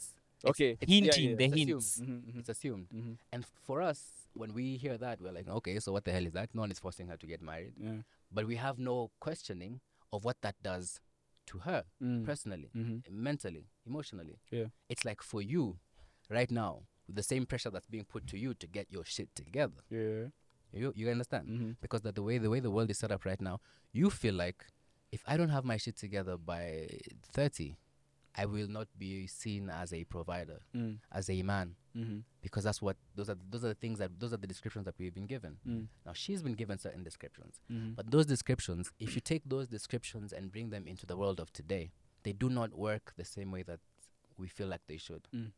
Speaker 2: okay.
Speaker 3: it's-
Speaker 1: hinting
Speaker 2: yeah,
Speaker 1: the
Speaker 3: assume.
Speaker 1: hints.
Speaker 2: Mhm, mhm,
Speaker 3: it's assumed.
Speaker 2: mhm.
Speaker 3: And for us, when we hear that, we're like, okay, so what the hell is that? No one is forcing her to get married.
Speaker 2: Yeah.
Speaker 3: But we have no questioning of what that does to her
Speaker 2: Mm,
Speaker 3: personally.
Speaker 2: mhm.
Speaker 3: mentally, emotionally.
Speaker 2: Yeah.
Speaker 3: It's like for you, right now, with the same pressure that's being put to you to get your shit together.
Speaker 2: Yeah.
Speaker 3: You you understand?
Speaker 2: Mhm.
Speaker 3: Because that the way the way the world is set up right now, you feel like if I don't have my shit together by thirty, I will not be seen as a provider,
Speaker 2: Mm,
Speaker 3: as a man.
Speaker 2: mhm,
Speaker 3: Because that's what those are those are the things that those are the descriptions that we've been given.
Speaker 2: mm,
Speaker 3: Now she's been given certain descriptions.
Speaker 2: mhm.
Speaker 3: But those descriptions, if you take those descriptions and bring them into the world of today, they do not work the same way that we feel like they should.
Speaker 2: Mm.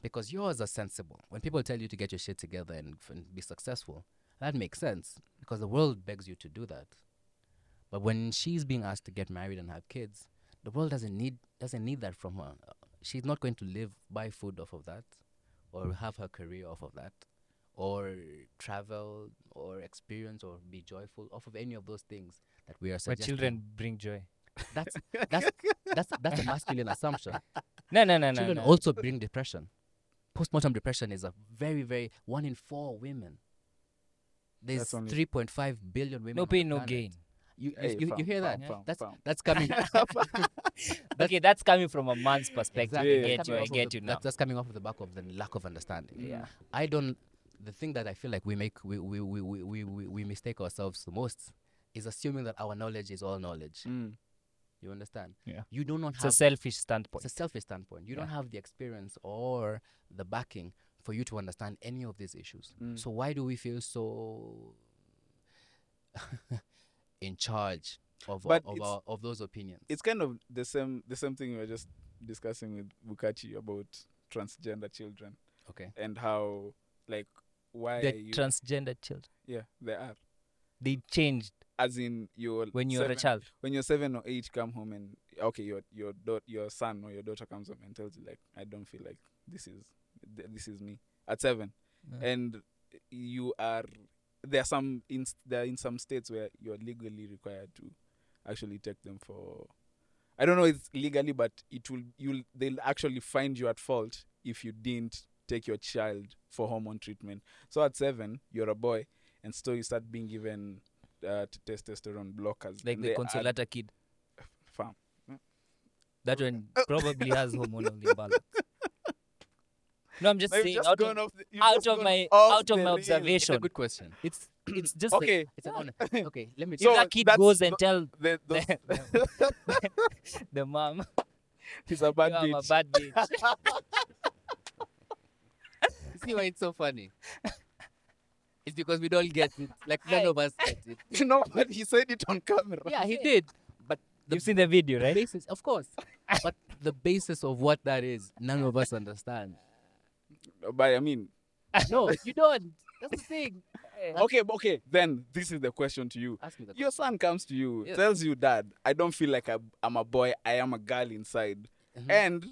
Speaker 3: Because yours are sensible. When people tell you to get your shit together and, f- and be successful, that makes sense because the world begs you to do that. But when she's being asked to get married and have kids, the world doesn't need doesn't need that from her. Uh, She's not going to live buy food off of that, or
Speaker 1: Mm.
Speaker 3: have her career off of that, or travel or experience or be joyful off of any of those things that we are
Speaker 1: But
Speaker 3: suggesting.
Speaker 1: children bring joy.
Speaker 3: That's that's that's that's a masculine assumption.
Speaker 1: No, no, no, no.
Speaker 3: Children
Speaker 1: no.
Speaker 3: also bring depression. Postmortem depression is a very very one in four women. There's
Speaker 2: only-
Speaker 3: 3.5 billion women.
Speaker 1: no
Speaker 3: on the
Speaker 1: pain, no
Speaker 3: planet.
Speaker 1: gain.
Speaker 3: You, you,
Speaker 2: Hey,
Speaker 3: you, you
Speaker 2: fam,
Speaker 3: hear that?
Speaker 2: fam, fam,
Speaker 3: that's
Speaker 2: fam.
Speaker 3: that's coming.
Speaker 1: okay, that's coming from a man's perspective.
Speaker 3: Exactly.
Speaker 2: Yeah.
Speaker 1: I
Speaker 3: That's
Speaker 1: get you. I get you
Speaker 3: coming off of the-
Speaker 1: now.
Speaker 3: That's, that's coming off of the back of the lack of understanding.
Speaker 1: Yeah.
Speaker 3: I don't. The thing that I feel like we make we we we we we, we, we mistake ourselves the most is assuming that our knowledge is all knowledge.
Speaker 2: Mm,
Speaker 3: You understand?
Speaker 2: Yeah.
Speaker 3: You do not
Speaker 1: It's
Speaker 3: have.
Speaker 1: a selfish standpoint.
Speaker 3: it's a selfish standpoint. You don't
Speaker 1: Yeah.
Speaker 3: have the experience or the backing for you to understand any of these issues.
Speaker 2: Mm.
Speaker 3: So why do we feel so in charge of
Speaker 2: But
Speaker 3: of,
Speaker 2: it's-
Speaker 3: our, of those opinions?
Speaker 2: It's kind of the same the same thing we were just discussing with Bukachi about transgender children
Speaker 3: Okay.
Speaker 2: and how like why
Speaker 1: the
Speaker 2: are you
Speaker 1: transgender children.
Speaker 2: yeah they are
Speaker 1: They changed
Speaker 2: as in you're
Speaker 1: when you were a
Speaker 2: seven-
Speaker 1: child.
Speaker 2: when you're seven or eight come home and okay your your dot your son or your daughter comes home and tells you like i don't feel like this is th- this is me at seven
Speaker 1: Mm.
Speaker 2: and you are there are some in there are in some states where you're legally required to actually take them for i don't know it's legally but it will you'll they'll actually find you at fault if you didn't take your child for hormone treatment so at seven you're a boy and still you start being given uh, t- testosterone blockers
Speaker 1: Like
Speaker 2: And
Speaker 1: the
Speaker 2: they are
Speaker 1: Consolata kid.
Speaker 2: farm.
Speaker 1: That one
Speaker 2: Oh.
Speaker 1: probably has hormonal imbalance. No, I'm just
Speaker 2: Now you've
Speaker 1: saying
Speaker 2: just
Speaker 1: out
Speaker 2: gone
Speaker 1: of,
Speaker 2: off the- you've
Speaker 1: out
Speaker 2: just
Speaker 1: of
Speaker 2: gone
Speaker 1: my
Speaker 2: off
Speaker 1: out
Speaker 2: the
Speaker 1: of my
Speaker 2: rail.
Speaker 3: It's a
Speaker 1: observation.
Speaker 3: good question.
Speaker 1: It's it's just like-
Speaker 2: Okay,
Speaker 3: It's an honor. Okay, let me.
Speaker 1: if
Speaker 2: So
Speaker 1: that kid
Speaker 2: that's
Speaker 1: goes and
Speaker 2: the-
Speaker 1: tell
Speaker 2: the, those,
Speaker 1: the mom,
Speaker 2: he's a bad
Speaker 1: you are a
Speaker 2: bitch.
Speaker 1: bad bitch.
Speaker 3: see why it's so funny. It's because we don't get it. Like none of us get it.
Speaker 2: You know what? He said it on camera.
Speaker 3: Yeah, he did. But the
Speaker 1: You've seen the video, right?
Speaker 3: basis, of course. but the basis of what that is, none of us understand.
Speaker 2: But I mean,
Speaker 3: No, you don't. That's the thing.
Speaker 2: okay, but okay. Then this is the question to you.
Speaker 3: Ask me the
Speaker 2: Your son comes to you,
Speaker 3: Yeah.
Speaker 2: tells you, "Dad, I don't feel like I, I'm a boy. I am a girl inside."
Speaker 1: Mm-hmm.
Speaker 3: Mhm.
Speaker 2: And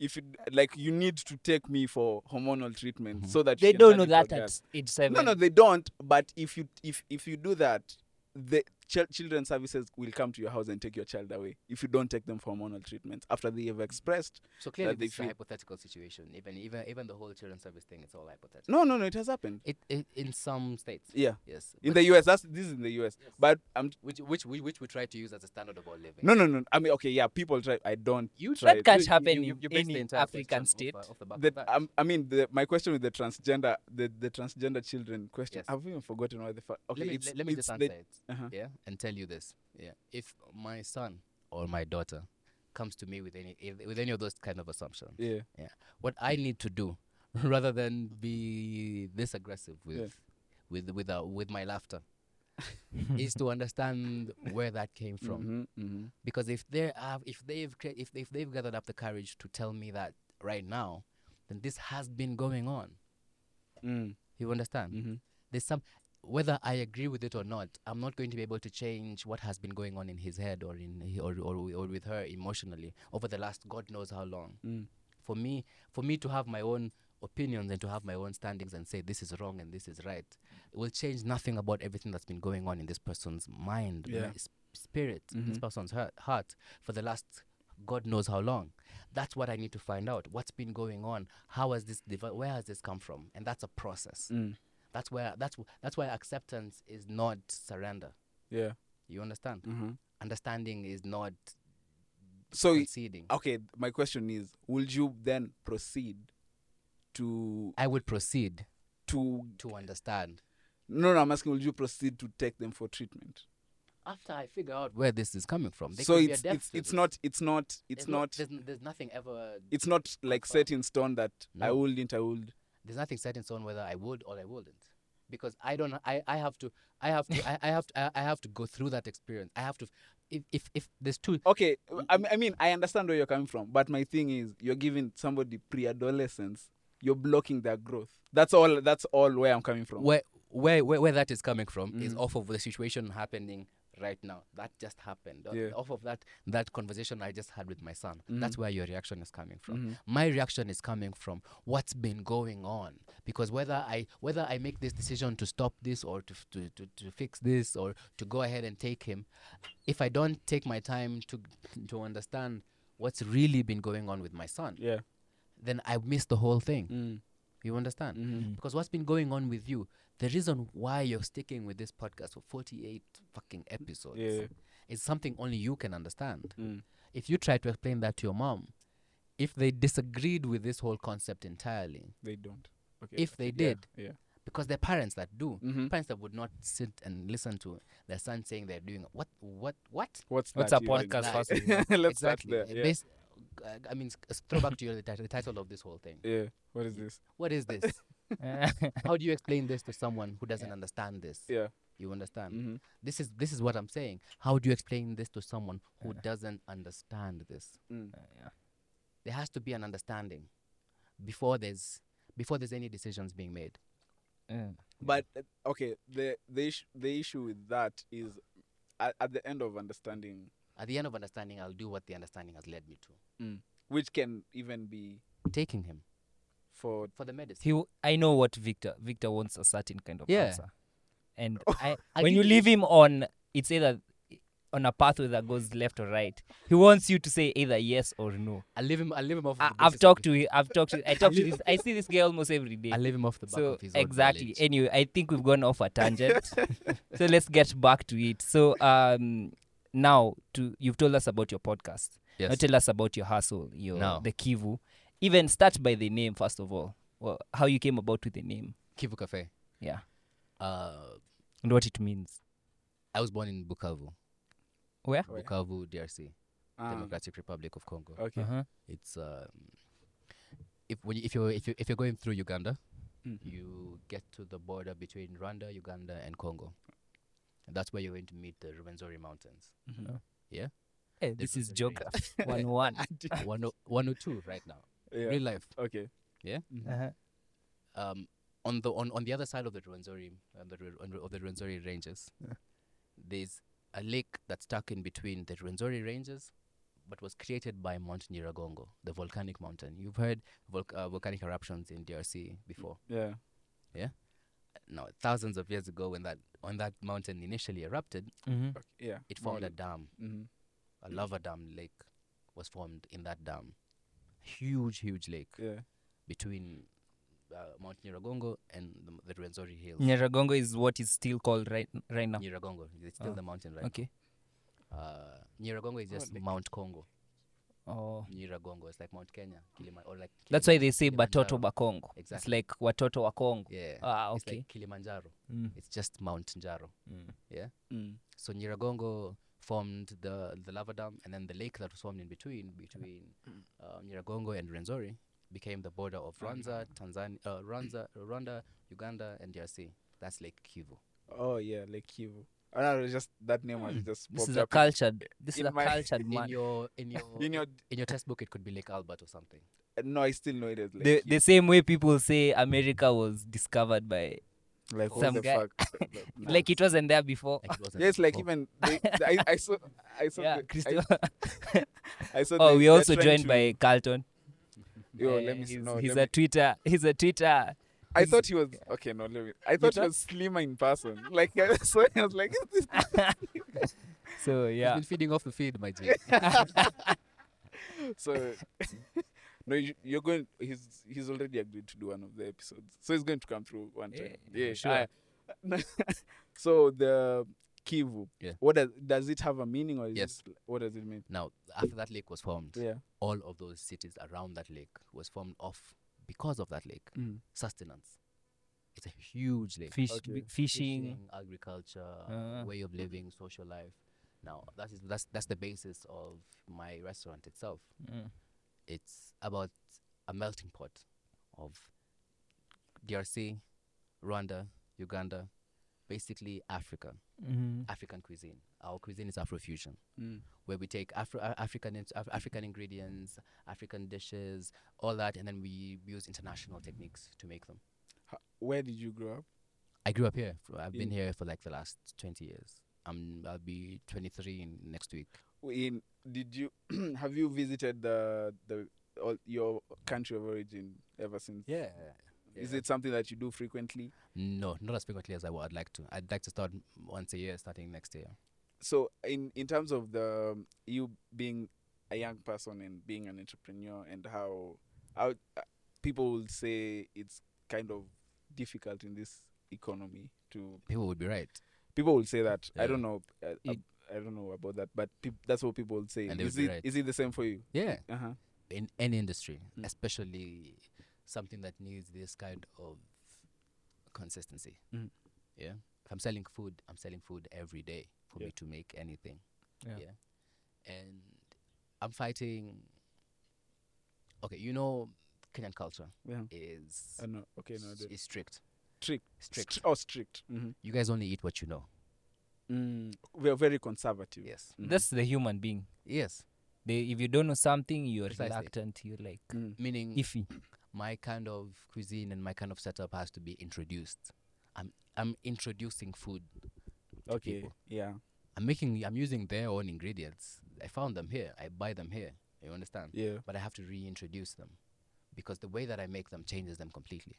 Speaker 2: if you, like you need to take me for hormonal treatment so that
Speaker 1: Mm-hmm. They
Speaker 2: you can
Speaker 1: don't
Speaker 2: turn
Speaker 1: know
Speaker 2: into a
Speaker 1: that
Speaker 2: girl.
Speaker 1: at age seven.
Speaker 2: No, no, they don't. But if you if if you do that, the ch- children services will come to your house and take your child away if you don't take them for hormonal treatment after they have expressed.
Speaker 3: So clearly,
Speaker 2: that they
Speaker 3: this is a
Speaker 2: feel-
Speaker 3: hypothetical situation. Even even even the whole children's service thing, it's all hypothetical.
Speaker 2: No, no, no, it has happened.
Speaker 3: It, it in some states.
Speaker 2: Yeah,
Speaker 3: Yes.
Speaker 2: in
Speaker 3: but
Speaker 2: the U.S. That's this is in the U.S.
Speaker 3: Yes.
Speaker 2: But I'm
Speaker 3: which which we which we try to use as a standard of our living.
Speaker 2: no, no, no. I mean, okay, yeah, people try. I don't.
Speaker 3: you
Speaker 2: That
Speaker 3: try-
Speaker 1: can't
Speaker 3: you- you-
Speaker 1: happen
Speaker 3: you-
Speaker 1: in
Speaker 3: you base the
Speaker 1: any
Speaker 3: entire
Speaker 1: African
Speaker 3: question off,
Speaker 1: state.
Speaker 3: uh, off the back of
Speaker 2: The,
Speaker 3: that.
Speaker 2: um, I mean, the, my question with the transgender, the, the transgender children question.
Speaker 3: Yes.
Speaker 2: I've even forgotten what the fuck. Okay,
Speaker 3: let me,
Speaker 2: it's,
Speaker 3: let, let me
Speaker 2: it's
Speaker 3: just
Speaker 2: the-
Speaker 3: answer it.
Speaker 2: uh-huh.
Speaker 3: Yeah, and tell you this. Yeah, if my son or my daughter comes to me with any if- with any of those kind of assumptions,
Speaker 2: Yeah,
Speaker 3: what I need to do rather than be this aggressive with
Speaker 2: Yeah.
Speaker 3: with with uh, with my laughter is to understand where that came from.
Speaker 2: Mhm, mhm.
Speaker 3: Because if they have if they've cre- if they, if they've gathered up the courage to tell me that right now, then this has been going on.
Speaker 2: Mm,
Speaker 3: You understand?
Speaker 2: mhm.
Speaker 3: there's some whether I agree with it or not, I'm not going to be able to change what has been going on in his head or in he- or or, wi- or with her emotionally over the last God knows how long.
Speaker 2: Mm.
Speaker 3: For me, for me to have my own opinions and to have my own standings and say this is wrong and this is right, it will change nothing about everything that's been going on in this person's mind,
Speaker 2: Yeah.
Speaker 3: mi- s- spirit, this
Speaker 2: Mhm.
Speaker 3: person's heart, heart for the last God knows how long. That's what I need to find out. What's been going on? How has this developed? Where has this come from? And that's a process.
Speaker 2: Mm.
Speaker 3: That's where that's wh- that's why acceptance is not surrender.
Speaker 2: Yeah.
Speaker 3: You understand?
Speaker 2: mhm.
Speaker 3: Understanding is not
Speaker 2: So
Speaker 3: conceding.
Speaker 2: okay my question is would you then proceed to
Speaker 3: I would proceed
Speaker 2: to
Speaker 3: to understand
Speaker 2: no no i'm asking would you proceed to take them for treatment
Speaker 3: after I figure out where this is coming from. There
Speaker 2: so
Speaker 3: could be a
Speaker 2: it's
Speaker 3: depth
Speaker 2: it's,
Speaker 3: to
Speaker 2: it's
Speaker 3: this.
Speaker 2: not it's not it's
Speaker 3: There's no-
Speaker 2: not
Speaker 3: there's, n- there's nothing ever.
Speaker 2: it's not like set in stone that i
Speaker 3: No.
Speaker 2: wouldn't i would
Speaker 3: There's nothing set in stone whether I would or I wouldn't, because I don't. I, I have to. I have to. I, I have to. I, I have to go through that experience. I have to. If if, if there's two.
Speaker 2: okay I, m- I mean i understand where you're coming from but my thing is you're giving somebody pre-adolescence you're blocking their growth that's all that's all where i'm coming from
Speaker 3: where where where, where that is coming from is
Speaker 2: Mhm.
Speaker 3: off of the situation happening right now that just happened Uh,
Speaker 2: Yeah. Mm-hmm.
Speaker 3: off of that that conversation i just had with my son that's where your reaction is coming from
Speaker 2: Mhm.
Speaker 3: my reaction is coming from what's been going on because whether i whether i make this decision to stop this or to f- to, to, to fix this or to go ahead and take him if i don't take my time to to understand what's really been going on with my son
Speaker 2: yeah
Speaker 3: then i miss the whole thing
Speaker 2: Mm,
Speaker 3: you understand
Speaker 2: mhm.
Speaker 3: because what's been going on with you, the reason why you're sticking with this podcast for 48 fucking episodes
Speaker 2: Yeah.
Speaker 3: is something only you can understand.
Speaker 2: Mm.
Speaker 3: If you try to explain that to your mom, if they disagreed with this whole concept entirely,
Speaker 2: they don't okay
Speaker 3: If they
Speaker 2: Yeah,
Speaker 3: did.
Speaker 2: yeah
Speaker 3: because there are parents that do,
Speaker 2: Mhm.
Speaker 3: parents that would not sit and listen to their son saying they're doing what, what, what?
Speaker 2: what's
Speaker 1: What's
Speaker 2: that
Speaker 1: a
Speaker 2: even?
Speaker 1: podcast
Speaker 3: Nice.
Speaker 1: first? of all?
Speaker 2: let's
Speaker 3: exactly.
Speaker 2: start there yeah.
Speaker 3: This, uh, I mean, s- throw back to your, the, tit- the title of this whole thing.
Speaker 2: yeah what is this
Speaker 3: What is this? How do you explain this to someone who doesn't understand this?
Speaker 2: yeah
Speaker 3: You understand?
Speaker 1: Mm-hmm.
Speaker 2: hmm
Speaker 3: this is this is what I'm saying. How do you explain this to someone
Speaker 1: Uh,
Speaker 3: who doesn't understand this?
Speaker 2: Mm.
Speaker 3: There has to be an understanding. before there's before there's any decisions being made.
Speaker 1: Yeah.
Speaker 2: But uh, okay, the the issue the issue with that is at, at the end of understanding,
Speaker 3: At the end of understanding, I'll do what the understanding has led me to.
Speaker 2: which can even be
Speaker 3: Taking him
Speaker 2: for
Speaker 3: for the medicine.
Speaker 1: He, w- I know what Victor. Victor wants a certain kind of
Speaker 3: Yeah.
Speaker 1: answer, and I,
Speaker 3: I
Speaker 1: when you
Speaker 3: give you-
Speaker 1: leave him on, it's either on a pathway that goes left or right. He wants you to say either yes or no.
Speaker 3: I leave him. I leave him off.
Speaker 1: I, I've talked to him. I've talked to. I talk to this. I see this guy almost every day.
Speaker 3: I leave him off the back
Speaker 1: so
Speaker 3: of his own
Speaker 1: exactly.
Speaker 3: knowledge.
Speaker 1: Anyway, I think we've gone off a tangent. so let's get back to it. So um, now to you've told us about your podcast.
Speaker 3: Yes.
Speaker 1: Now tell us about your hustle, your
Speaker 3: No.
Speaker 1: the Kivu. Even start by the name first of all. Well, how you came about with the name,
Speaker 3: Kivu Cafe.
Speaker 1: yeah,
Speaker 3: Uh,
Speaker 1: and what it means.
Speaker 3: I was born in Bukavu,
Speaker 1: Where?
Speaker 2: Where?
Speaker 3: Bukavu, DRC,
Speaker 2: ah,
Speaker 3: Democratic Republic of Congo.
Speaker 2: okay.
Speaker 1: Uh-huh.
Speaker 3: It's um, if when you, if you if you if you're going through Uganda,
Speaker 2: Mm.
Speaker 3: you get to the border between Rwanda, Uganda, and Congo. And that's where you're going to meet the Rwenzori Mountains.
Speaker 1: Mm-hmm.
Speaker 2: Mhm.
Speaker 1: Hey,
Speaker 3: This
Speaker 1: this is
Speaker 3: is a very-
Speaker 1: geography one one.
Speaker 3: one o- one or two right now,
Speaker 2: Yeah.
Speaker 3: real life.
Speaker 2: Okay.
Speaker 3: Yeah?
Speaker 2: Mhm.
Speaker 1: Uh-huh.
Speaker 3: Um, on the on, on the other side of the Rwenzori um, the, Rwen- on the- of the Rwenzori Ranges, there's a lake that's stuck in between the Rwenzori Ranges, but was created by Mount Nyiragongo, the volcanic mountain. You've heard volc- uh, volcanic eruptions in DRC before.
Speaker 2: Yeah.
Speaker 3: Now, thousands of years ago, when that when that mountain initially erupted,
Speaker 1: Mm-hmm.
Speaker 2: Okay. Yeah.
Speaker 3: it
Speaker 2: More
Speaker 3: formed a
Speaker 2: like-
Speaker 3: dam.
Speaker 2: Mhm.
Speaker 3: a lava dam lake was formed in that dam. Huge, huge lake
Speaker 2: Yeah.
Speaker 3: between uh, Mount Nyiragongo and the, the Rwenzori Hills.
Speaker 1: Nyiragongo is what is still called right right now.
Speaker 3: Nyiragongo, it's still
Speaker 1: Oh,
Speaker 3: the mountain, right?
Speaker 1: Okay.
Speaker 3: Uh, Nyiragongo is
Speaker 2: Oh,
Speaker 3: just
Speaker 2: lake.
Speaker 3: Mount Congo.
Speaker 1: Oh,
Speaker 3: Nyiragongo is like Mount Kenya, Kilima- or like
Speaker 1: that's why
Speaker 3: Kilima-
Speaker 1: they say Batoto
Speaker 3: Kilimanjaro.
Speaker 1: Bakongo. It's
Speaker 3: Exactly.
Speaker 1: like Watoto wa Congo.
Speaker 3: Yeah.
Speaker 1: Ah,
Speaker 3: It's
Speaker 1: okay.
Speaker 3: like Kilimanjaro.
Speaker 1: Mm.
Speaker 3: It's just Mount Njaro.
Speaker 2: Mm.
Speaker 3: So Nyiragongo formed the the lava dam, and then the lake that was formed in between between uh, Nyiragongo and Rwenzori became the border of Rwanda, Tanzania, uh, Rwanda, Rwanda, Uganda, and DRC. That's Lake Kivu.
Speaker 2: Oh yeah, Lake Kivu. I don't know, it's just that name has just
Speaker 1: This
Speaker 2: popped
Speaker 1: is a
Speaker 2: up
Speaker 1: cultured. This is
Speaker 2: in
Speaker 1: a
Speaker 2: my-
Speaker 1: cultured
Speaker 3: In
Speaker 1: man.
Speaker 3: your in your
Speaker 2: in your.
Speaker 3: in your textbook, it could be Lake Albert or something.
Speaker 2: No, I still know it as Lake.
Speaker 1: The,
Speaker 2: Kivu.
Speaker 1: the same way people say America was discovered by,
Speaker 2: like what
Speaker 1: some
Speaker 2: the
Speaker 1: guy-
Speaker 2: fuck? Like, nah.
Speaker 1: like oh. it wasn't there before.
Speaker 3: Like it wasn't
Speaker 2: Yes, like
Speaker 3: before.
Speaker 2: even they, I, I saw, I saw,
Speaker 1: Yeah,
Speaker 2: the- I-
Speaker 1: Christopher.
Speaker 2: I saw
Speaker 1: Oh,
Speaker 2: the-
Speaker 1: we're
Speaker 2: they're
Speaker 1: also
Speaker 2: trying
Speaker 1: joined
Speaker 2: to-
Speaker 1: by Carlton.
Speaker 2: Yo,
Speaker 1: Uh,
Speaker 2: let me see.
Speaker 1: he's,
Speaker 2: No,
Speaker 1: he's
Speaker 2: let me,
Speaker 1: a Twitter. He's a Twitter.
Speaker 2: I thought he was okay. No, let me. I thought he
Speaker 1: thought-
Speaker 2: was slimmer in person. Like I saw, him, I was like, is this
Speaker 1: So
Speaker 3: He's
Speaker 1: yeah,
Speaker 3: been feeding off the feed, my G.
Speaker 2: so? no, you, you're going. He's he's already agreed to do one of the episodes, so he's going to come through one time.
Speaker 1: Yeah,
Speaker 2: Yeah,
Speaker 1: sure.
Speaker 2: I- no, so the Kivu.
Speaker 3: Yeah.
Speaker 2: What does does it have a meaning or is
Speaker 3: Yes.
Speaker 2: it, what does it mean?
Speaker 3: now, after that lake was formed,
Speaker 2: Yeah.
Speaker 3: all of those cities around that lake was formed off because of that lake.
Speaker 2: Mm.
Speaker 3: Sustenance. It's a huge lake.
Speaker 1: fish,
Speaker 2: Okay. uh,
Speaker 1: b- fishing.
Speaker 3: fishing, agriculture,
Speaker 1: Ah.
Speaker 3: way of living, social life. Now that is that's that's the basis of my restaurant itself.
Speaker 2: uh,
Speaker 1: Mm.
Speaker 3: It's about a melting pot of DRC, Rwanda, Uganda, basically Africa,
Speaker 1: Mhm.
Speaker 3: African cuisine. Our cuisine is Afrofusion,
Speaker 2: Mm.
Speaker 3: where we take Afro- Af- African ins- Af- African ingredients, African dishes, all that, and then we use international techniques to make them.
Speaker 2: Where did you grow up?
Speaker 3: I grew up here. f- I've been
Speaker 2: In-
Speaker 3: here for like the last 20 years. Um, I'll be 23 in next week.
Speaker 2: In did you have you visited the the all, your country of origin ever since? Is it something that you do frequently?
Speaker 3: No, not as frequently as I would I'd like to. I'd like to start m- once a year, starting next year.
Speaker 2: So in in terms of the um, you being a young person and being an entrepreneur and how how uh, people will say it's kind of difficult in this economy to
Speaker 3: People would be right.
Speaker 2: people will say that I
Speaker 3: Yeah.
Speaker 2: don't know uh,
Speaker 1: It-
Speaker 2: I don't know about that but peop- that's what people will say.
Speaker 3: And they
Speaker 2: Is
Speaker 3: would
Speaker 2: it
Speaker 3: be right.
Speaker 2: is it the same for you?
Speaker 3: Yeah.
Speaker 2: Uh huh.
Speaker 3: In any industry,
Speaker 2: Mm.
Speaker 3: especially something that needs this kind of consistency.
Speaker 2: Mm.
Speaker 3: Yeah. If I'm selling food, I'm selling food every day for
Speaker 2: Yeah.
Speaker 3: me to make anything.
Speaker 1: Yeah.
Speaker 3: And I'm fighting. Okay, you know, Kenyan culture
Speaker 2: Yeah.
Speaker 3: is
Speaker 2: I know. Okay. No. I
Speaker 3: s-
Speaker 2: don't-
Speaker 3: is strict.
Speaker 2: Strict.
Speaker 3: Strict.
Speaker 2: Stri- oh, strict. Mm-hmm.
Speaker 3: You guys only eat what you know.
Speaker 2: Mm, we are very conservative.
Speaker 3: Yes.
Speaker 2: Mhm.
Speaker 1: That's the human being.
Speaker 3: Yes.
Speaker 1: They, if you don't know something, you're
Speaker 3: Precisely.
Speaker 1: reluctant. You're like
Speaker 2: Mm.
Speaker 3: Meaning,
Speaker 1: iffy.
Speaker 3: my kind of cuisine and my kind of setup has to be introduced. I'm I'm introducing food. to
Speaker 2: Okay.
Speaker 3: people.
Speaker 2: Yeah.
Speaker 3: I'm making I'm using their own ingredients. I found them here. I buy them here. You understand?
Speaker 2: Yeah.
Speaker 3: But I have to reintroduce them because the way that I make them changes them completely.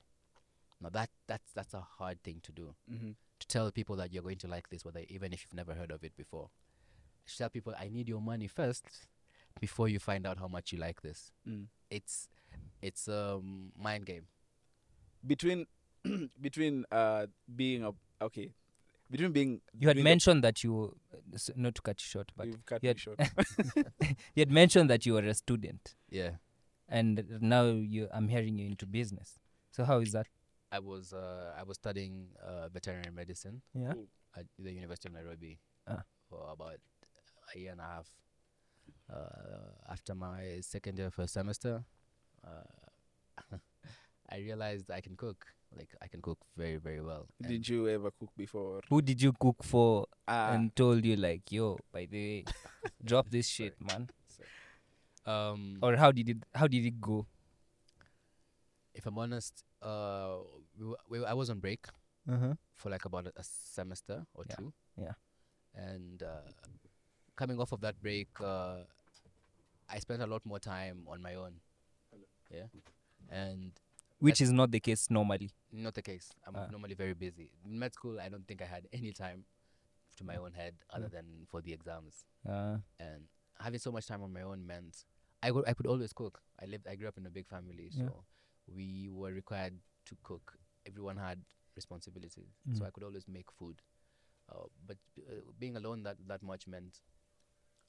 Speaker 3: Now that that's that's a hard thing to do.
Speaker 2: Mm-hmm.
Speaker 3: To tell people that you're going to like this, whether even if you've never heard of it before. To tell people I need your money first before you find out how much you like this.
Speaker 2: Mm.
Speaker 3: It's it's a um, mind game.
Speaker 2: Between between uh being a okay between being
Speaker 1: You had
Speaker 2: doing
Speaker 1: mentioned that you, s- not to cut you short,
Speaker 2: a,
Speaker 1: but
Speaker 2: you've cut
Speaker 1: you
Speaker 2: me
Speaker 1: had-
Speaker 2: short.
Speaker 1: you had mentioned that you were a student,
Speaker 3: Yeah.
Speaker 1: and now you, I'm hearing you into business. So how is that?
Speaker 3: I was uh, I was studying uh, veterinary medicine
Speaker 1: Yeah.
Speaker 3: at the University of Nairobi
Speaker 1: Ah.
Speaker 3: for about a year and a half. Uh, after my second year first semester, uh, I realized I can cook. Like I can cook very very well. and
Speaker 2: Did you ever cook before?
Speaker 1: Who did you cook for
Speaker 2: Ah,
Speaker 1: and told you like, yo, by the way, drop this shit, man? Mm.
Speaker 3: um,
Speaker 1: Or how did it? How did it go?
Speaker 3: if I'm honest, uh, we, wa- we, I was on break
Speaker 1: Uh-huh.
Speaker 3: for like about a- a semester or
Speaker 1: Yeah,
Speaker 3: two.
Speaker 1: yeah.
Speaker 3: And uh, coming off of that break, uh, I spent a lot more time on my own. Yeah. And
Speaker 1: Which is not the case normally.
Speaker 3: not the case. I'm
Speaker 1: Ah.
Speaker 3: normally very busy. In med school, I don't think I had any time to
Speaker 1: Mm.
Speaker 3: my own head other than for the exams.
Speaker 1: Uh,
Speaker 3: And having so much time on my own meant I could I could always cook. I lived. I grew up in a big family,
Speaker 1: Yeah.
Speaker 3: so we were required to cook. Everyone had responsibilities, so
Speaker 1: Mm.
Speaker 3: I could always make food. Uh, but uh, being alone that that much meant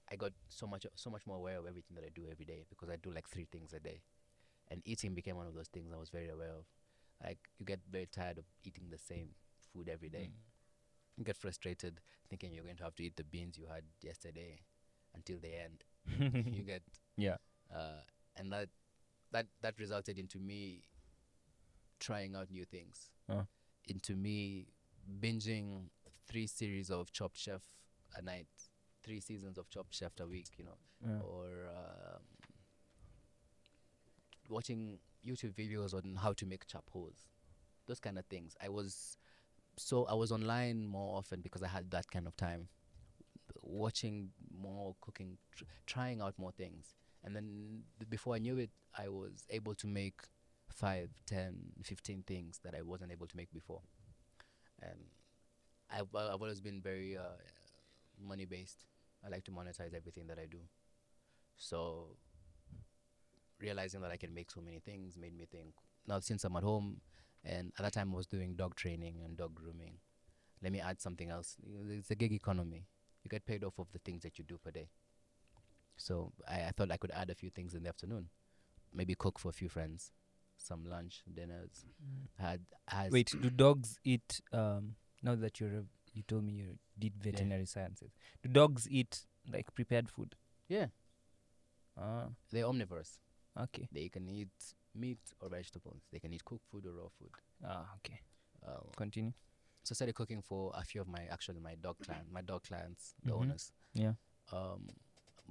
Speaker 3: I got so much so much more aware of everything that I do every day because I do like three things a day, and eating became one of those things I was very aware of. Like you get very tired of eating the same food every day.
Speaker 1: Mm.
Speaker 3: You get frustrated thinking you're going to have to eat the beans you had yesterday until the end you get
Speaker 1: Yeah.
Speaker 3: uh, and that that that resulted into me trying out new things
Speaker 1: Uh.
Speaker 3: into me binging three series of chopped chef a night three seasons of chopped chef a week you know
Speaker 1: Yeah.
Speaker 3: or um, watching youtube videos on how to make chapos those kind of things i was so i was online more often because i had that kind of time watching more cooking, tr- trying out more things. And then th- before I knew it, I was able to make five, ten, fifteen things that I wasn't able to make before. And I've, uh, I've always been very uh, money based. I like to monetize everything that I do. So realizing that I can make so many things made me think. Now, since I'm at home, and at that time I was doing dog training and dog grooming, let me add something else. It's a gig economy you get paid off of the things that you do per day. So I, I thought I could add a few things in the afternoon, maybe cook for a few friends, some lunch, dinners. Had, had
Speaker 1: Wait, do dogs eat? Um, now that you're, a, you told me you did veterinary sciences. Do dogs eat like prepared food?
Speaker 3: yeah,
Speaker 1: Ah,
Speaker 3: they're omnivorous.
Speaker 1: okay.
Speaker 3: They can eat meat or vegetables. They can eat cooked food or raw food.
Speaker 1: Ah, okay.
Speaker 3: Uh,
Speaker 1: Continue.
Speaker 3: so I started cooking for a few of my actually my dog client, my dog clients, the
Speaker 1: Mhm.
Speaker 3: owners.
Speaker 1: Yeah.
Speaker 3: Um,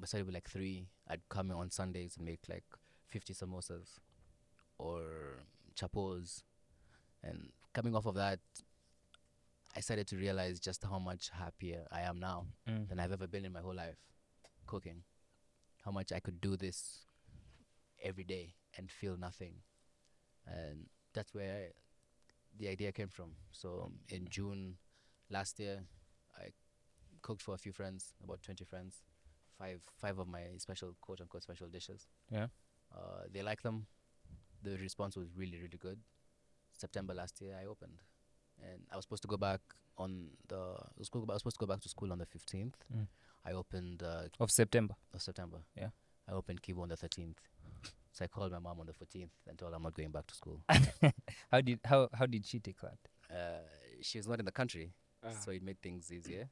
Speaker 3: I started with like three. I'd come in on Sundays and make like fifty samosas or chapos, and coming off of that, I started to realize just how much happier I am now
Speaker 1: Mm.
Speaker 3: than I've ever been in my whole life, cooking. How much I could do this every day and feel nothing, and that's where I, the idea came from. So um, in June last year, I cooked for a few friends, about twenty friends, five five of my special quote unquote special dishes.
Speaker 1: Yeah.
Speaker 3: uh, they liked them. The response was really really good. September last year, I opened, and I was supposed to go back on the I was, go, I was supposed to go back to school on the fifteenth.
Speaker 1: Mm.
Speaker 3: I opened uh,
Speaker 1: Of September.
Speaker 3: of September.
Speaker 1: Yeah.
Speaker 3: I opened Kibo on the thirteenth. So I called my mom on the fourteenth and told her I'm not going back to school.
Speaker 1: How did how how did she take that?
Speaker 3: uh, she was not in the country,
Speaker 2: ah,
Speaker 3: so it made things easier.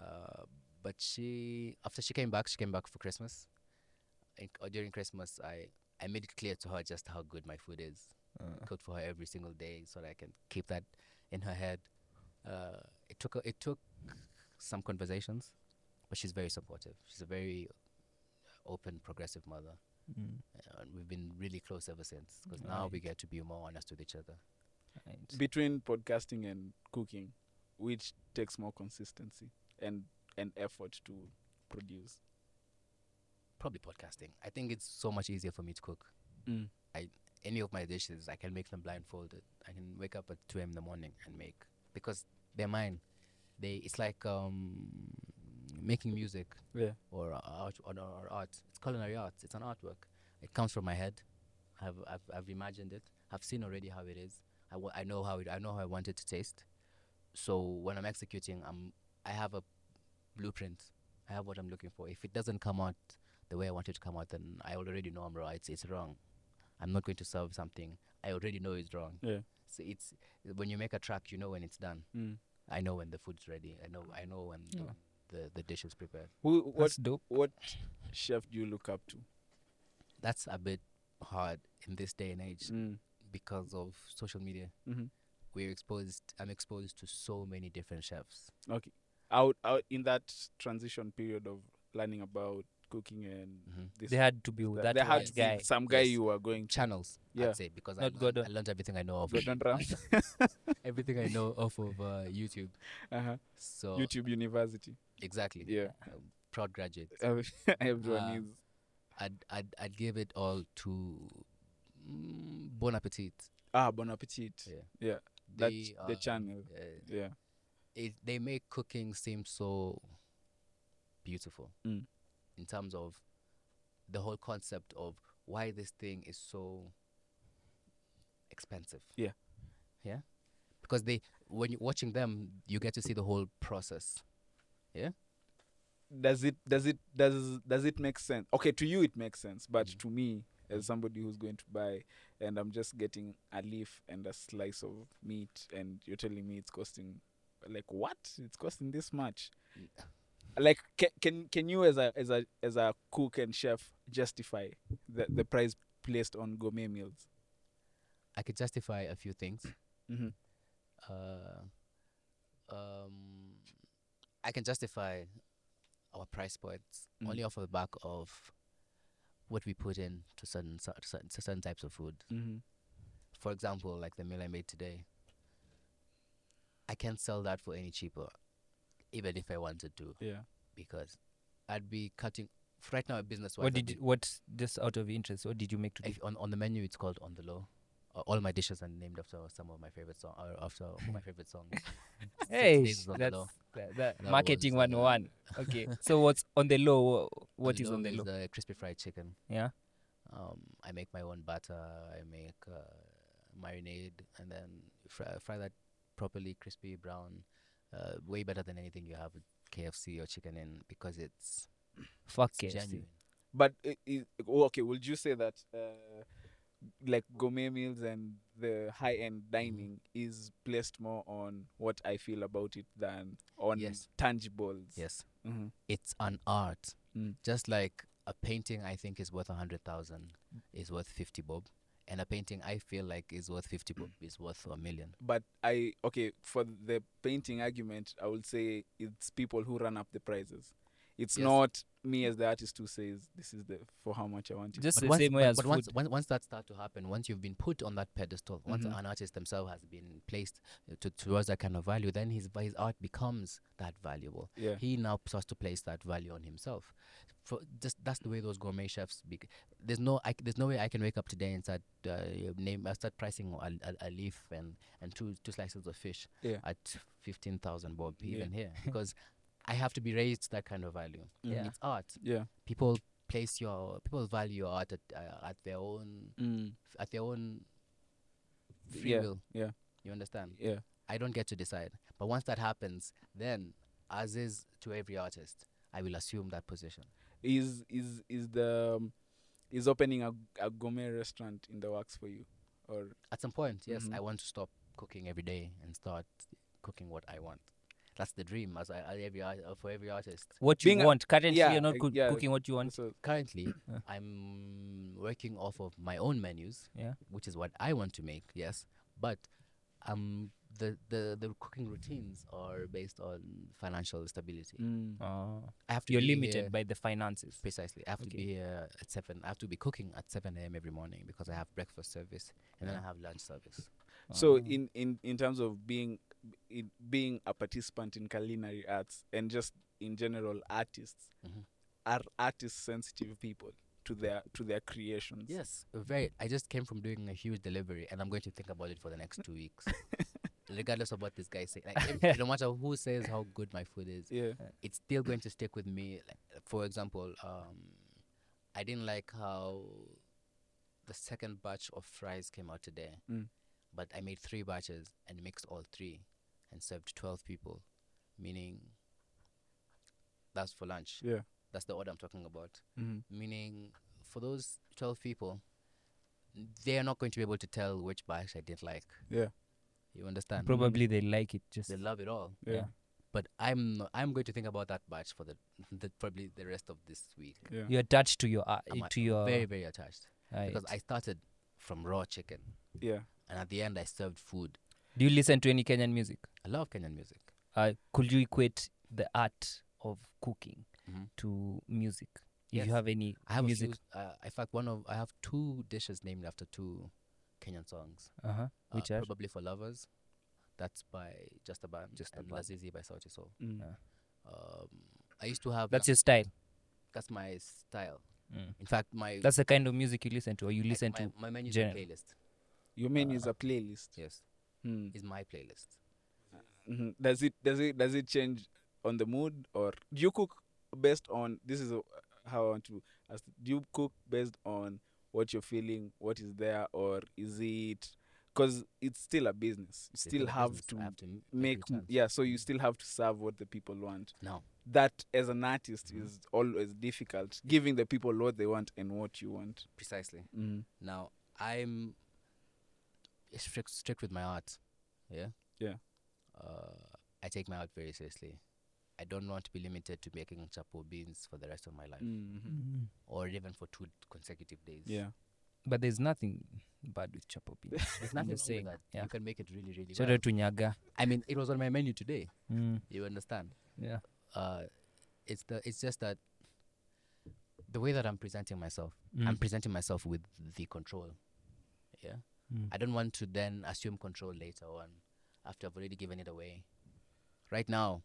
Speaker 3: Uh, but she, after she came back, she came back for Christmas. And, or during Christmas, I, I made it clear to her just how good my food is.
Speaker 1: Ah.
Speaker 3: Cooked for her every single day, so that I can keep that in her head. Uh, it took a- it took some conversations, but she's very supportive. She's a very open, progressive mother.
Speaker 1: Mm.
Speaker 3: Uh, and we've been really close ever since because now
Speaker 1: Right.
Speaker 3: we get to be more honest with each other.
Speaker 1: Right.
Speaker 2: ah. between podcasting and cooking, which takes more consistency and and effort to produce.
Speaker 3: Probably podcasting. I think it's so much easier for me to cook.
Speaker 2: Mm.
Speaker 3: Any of my dishes, I can make them blindfolded. I can wake up at 2 a.m. in the morning and make because they're mine. They it's like um, making music
Speaker 2: Yeah.
Speaker 3: or art or, or art. It's culinary art. It's an artwork. It comes from my head. I've I've, I've imagined it. I've seen already how it is. I, wa- I know how it. I know how I want it to taste. So when I'm executing, I'm I have a blueprint. I have what I'm looking for. If it doesn't come out the way I want it to come out, then I already know I'm wrong. It's it's wrong. I'm not going to serve something I already know is wrong.
Speaker 2: Yeah.
Speaker 3: So it's when you make a track, you know when it's done.
Speaker 2: Mm.
Speaker 3: I know when the food's ready. I know I know when
Speaker 1: Yeah.
Speaker 3: the, the the dish is prepared.
Speaker 2: Who what
Speaker 1: That's dope.
Speaker 2: what chef do you look up to?
Speaker 3: that's a bit hard in this day and age
Speaker 2: Mm.
Speaker 3: because of social media.
Speaker 2: Mhm.
Speaker 3: We're exposed. I'm exposed to so many different chefs.
Speaker 2: Okay, out out in that transition period of learning about cooking and
Speaker 3: Mhm.
Speaker 2: this,
Speaker 1: Mm-hmm. They had to be with that
Speaker 2: there
Speaker 1: one
Speaker 2: had to be
Speaker 1: guy.
Speaker 2: some guy
Speaker 3: Yes.
Speaker 2: you were going to.
Speaker 3: Channels,
Speaker 2: Yeah. uh,
Speaker 3: I'd say, because I,
Speaker 1: Not
Speaker 3: learned,
Speaker 1: Gordon.
Speaker 3: I learned everything I know off
Speaker 2: Gordon Ramsay,
Speaker 3: everything I know off of uh, YouTube.
Speaker 2: uh-huh.
Speaker 3: So
Speaker 2: YouTube University.
Speaker 3: exactly,
Speaker 2: Yeah,
Speaker 3: proud graduate.
Speaker 2: everyone
Speaker 3: Uh,
Speaker 2: is.
Speaker 3: I'd, I'd I'd give it all to mm, Bon Appetit.
Speaker 2: Ah, bon appetit.
Speaker 3: Yeah.
Speaker 2: Yeah, that's
Speaker 3: They
Speaker 2: the
Speaker 3: are,
Speaker 2: channel.
Speaker 3: uh,
Speaker 2: Yeah,
Speaker 3: it, they make cooking seem so beautiful
Speaker 2: Mm.
Speaker 3: in terms of the whole concept of why this thing is so expensive.
Speaker 2: Yeah.
Speaker 3: Yeah. Because they when you're watching them, you get to see the whole process.
Speaker 2: does it does it does does it make sense okay to you it makes sense but
Speaker 3: Mhm.
Speaker 2: to me as somebody who's going to buy and i'm just getting a leaf and a slice of meat and you're telling me it's costing like what it's costing this much like can can, can you as a as a as a cook and chef justify the, the price placed on gourmet meals
Speaker 3: I could justify a few things.
Speaker 2: Mhm.
Speaker 3: Uh, um, I can justify our price points
Speaker 2: Mm.
Speaker 3: only off of the back of what we put in to certain cer- certain, certain types of food.
Speaker 2: mm-hmm.
Speaker 3: For example, like the meal I made today, I can't sell that for any cheaper, even if I wanted to,
Speaker 2: yeah
Speaker 3: because I'd be cutting. Right now, business wise,
Speaker 1: What did you, what just out of interest? What did you make today?
Speaker 3: if on, on the menu it's called on the low Uh, all my dishes are named after some of my favorite song uh, after my favorite songs So
Speaker 1: Hey,
Speaker 3: today's is on the
Speaker 1: that's
Speaker 3: low.
Speaker 1: that, that
Speaker 3: That
Speaker 1: marketing
Speaker 3: was, uh,
Speaker 1: 101. Okay, so what's on the low? wha-
Speaker 3: On
Speaker 1: What
Speaker 3: the
Speaker 1: is on the low?
Speaker 3: is, uh, crispy fried chicken
Speaker 1: Yeah,
Speaker 3: um i make my own butter i make uh, marinade and then fry, fry that properly crispy brown uh, way better than anything you have with kfc or chicken in because it's,
Speaker 1: fuck
Speaker 3: it's
Speaker 1: it.
Speaker 3: genuine
Speaker 2: but i i okay would you say that uh, like gourmet meals and the high end dining
Speaker 3: Mm-hmm.
Speaker 2: is placed more on what i feel about it than on
Speaker 3: Yes.
Speaker 2: tangibles
Speaker 3: yes Mm-hmm.
Speaker 2: hmm
Speaker 3: it's an art
Speaker 2: Mm.
Speaker 3: just like a painting i think is worth a hundred thousand is worth 50 bob and a painting i feel like is worth 50 bob
Speaker 1: Mm.
Speaker 3: is worth a million
Speaker 2: but i okay for the painting argument i would say it's people who run up the prices it's
Speaker 3: Yes.
Speaker 2: not me as the artist who says this is the for how much i want it
Speaker 1: Just
Speaker 3: But
Speaker 1: the
Speaker 3: once-
Speaker 1: same way
Speaker 3: but-
Speaker 1: as
Speaker 3: but
Speaker 1: food.
Speaker 3: once, once once that start to happen once you've been put on that pedestal once
Speaker 1: Mm-hmm.
Speaker 2: Mhm.
Speaker 3: an artist themselves has been placed uh, to, towards that kind of value then his his art becomes that valuable
Speaker 2: yeah
Speaker 3: he now starts to place that value on himself for just that's the way those gourmet chefs bec- there's no I, c- there's no way i can wake up today and start uh, name i start pricing a, a, a leaf and and two two slices of fish
Speaker 2: Yeah.
Speaker 3: at 15000 bob
Speaker 2: Yeah.
Speaker 3: even here because i have to be raised to that kind of value
Speaker 2: Mhm.
Speaker 1: Yeah.
Speaker 3: it's art
Speaker 2: yeah
Speaker 3: people place your people value your art at, uh, at their own
Speaker 2: mm.
Speaker 3: at their own free
Speaker 2: Yeah,
Speaker 3: will
Speaker 2: yeah.
Speaker 3: you understand
Speaker 2: yeah
Speaker 3: I don't get to decide. But once that happens, then, as is to every artist, I will assume that position.
Speaker 2: is is is the um, is opening a, a gourmet restaurant in the works for you or
Speaker 3: At some point, yes,
Speaker 1: Mm-hmm.
Speaker 2: Mhm.
Speaker 3: I want to stop cooking every day and start cooking what I want. That's the dream, as I, I- every art- uh, for every artist.
Speaker 1: what you
Speaker 2: being a-
Speaker 1: want currently,
Speaker 2: yeah,
Speaker 1: you're not
Speaker 2: I-
Speaker 1: coo-
Speaker 2: yeah.
Speaker 1: cooking what you want.
Speaker 2: so
Speaker 3: Currently,
Speaker 1: Yeah.
Speaker 3: I'm working off of my own menus,
Speaker 1: Yeah.
Speaker 3: which is what I want to make. Yes, but I'm um, the, the, the cooking routines are based on financial stability.
Speaker 2: Mm.
Speaker 1: Oh.
Speaker 3: I have to
Speaker 1: You're
Speaker 3: be
Speaker 1: limited
Speaker 3: here-
Speaker 1: by the finances.
Speaker 3: precisely. I have to
Speaker 1: Okay.
Speaker 3: be here at seven. I have to be cooking at seven a.m. every morning because I have breakfast service and then I have lunch service.
Speaker 2: So
Speaker 1: Oh.
Speaker 2: in, in in terms of being in, being a participant in culinary arts and just in general artists
Speaker 3: Mhm.
Speaker 2: are artist sensitive people to their to their creations.
Speaker 3: Yes, very. I just came from doing a huge delivery, and I'm going to think about it for the next two weeks, regardless of what this guy says. Like, em- no matter who says how good my food is,
Speaker 2: Yeah.
Speaker 3: it's still going to stick with me. Like, for example, um, I didn't like how the second batch of fries came out today,
Speaker 2: Mm.
Speaker 3: but I made three batches and mixed all three and served 12 people, meaning that's for lunch.
Speaker 2: Yeah.
Speaker 3: That's the order I'm talking about.
Speaker 2: Mm-hmm.
Speaker 3: Meaning, for those 12 people, they are not going to be able to tell which batch I didn't like.
Speaker 2: Yeah.
Speaker 3: You understand?
Speaker 1: Probably they like it just
Speaker 3: They love it all
Speaker 2: Yeah.
Speaker 3: but I'm not, I'm going to think about that batch for the, the probably the rest of this week.
Speaker 2: Yeah.
Speaker 1: you're attached to your uh,
Speaker 3: I'm a-
Speaker 1: to your
Speaker 3: Very very attached
Speaker 1: right.
Speaker 3: because I started from raw chicken
Speaker 2: Yeah.
Speaker 3: and at the end I served food.
Speaker 1: Do you listen to any Kenyan music?
Speaker 3: I love Kenyan music.
Speaker 1: Uh, could you equate the art of cooking
Speaker 3: Mhm.
Speaker 1: to music? If
Speaker 3: Yes.
Speaker 1: you have any
Speaker 3: I have
Speaker 1: music,
Speaker 3: a few. Uh, in fact, one of I have two dishes named after two Kenyan songs.
Speaker 1: uh-huh.
Speaker 3: Uh,
Speaker 1: which are
Speaker 3: probably for lovers. That's by Justaban
Speaker 1: Just
Speaker 3: and
Speaker 1: Aban.
Speaker 3: Lazizi by Sauti Sol.
Speaker 2: Mm.
Speaker 1: Yeah.
Speaker 3: Um, I used to have.
Speaker 1: that's your style.
Speaker 3: that's my style.
Speaker 1: Mm.
Speaker 3: In fact, my
Speaker 1: That's the kind of music you listen to, or you
Speaker 3: my-
Speaker 1: listen
Speaker 3: my,
Speaker 1: to.
Speaker 3: my menu
Speaker 1: general.
Speaker 3: playlist.
Speaker 2: Your menu is a playlist.
Speaker 3: Yes,
Speaker 2: Mm.
Speaker 3: is my playlist.
Speaker 2: hmm Does it does it does it change on the mood or do you cook based on this is uh, how I want to ask do you cook based on what you're feeling, what is there, or is it because it's still a business. You
Speaker 3: They
Speaker 2: still
Speaker 3: a
Speaker 2: have
Speaker 3: business.
Speaker 2: to
Speaker 3: I have to m-
Speaker 2: make
Speaker 3: returns.
Speaker 2: yeah, so
Speaker 3: Mm-hmm.
Speaker 2: you still have to serve what the people want.
Speaker 3: No,
Speaker 2: That as an artist
Speaker 3: Mm-hmm.
Speaker 2: is always difficult, giving the people what they want and what you want.
Speaker 3: precisely.
Speaker 2: Mm.
Speaker 3: Now I'm strict, strict with my art. Yeah.
Speaker 2: Yeah.
Speaker 3: Uh, I take my art very seriously. I don't want to be limited to making chapo beans for the rest of my life,
Speaker 2: Mhm.
Speaker 3: or even for two consecutive days.
Speaker 2: Yeah.
Speaker 1: But there's nothing bad with chapo beans.
Speaker 3: There's nothing wrong
Speaker 1: Just saying,
Speaker 3: with that.
Speaker 1: yeah.
Speaker 3: You can make it really, really
Speaker 1: Shout
Speaker 3: well.
Speaker 1: out to Nyaga.
Speaker 3: I mean, it was on my menu today.
Speaker 1: Mm.
Speaker 3: You understand?
Speaker 1: Yeah.
Speaker 3: Uh, it's the. It's just that the way that I'm presenting myself. I'm
Speaker 1: Mm.
Speaker 3: presenting myself with the control. Yeah.
Speaker 1: Mm.
Speaker 3: I don't want to then assume control later on after I've already given it away. Right now,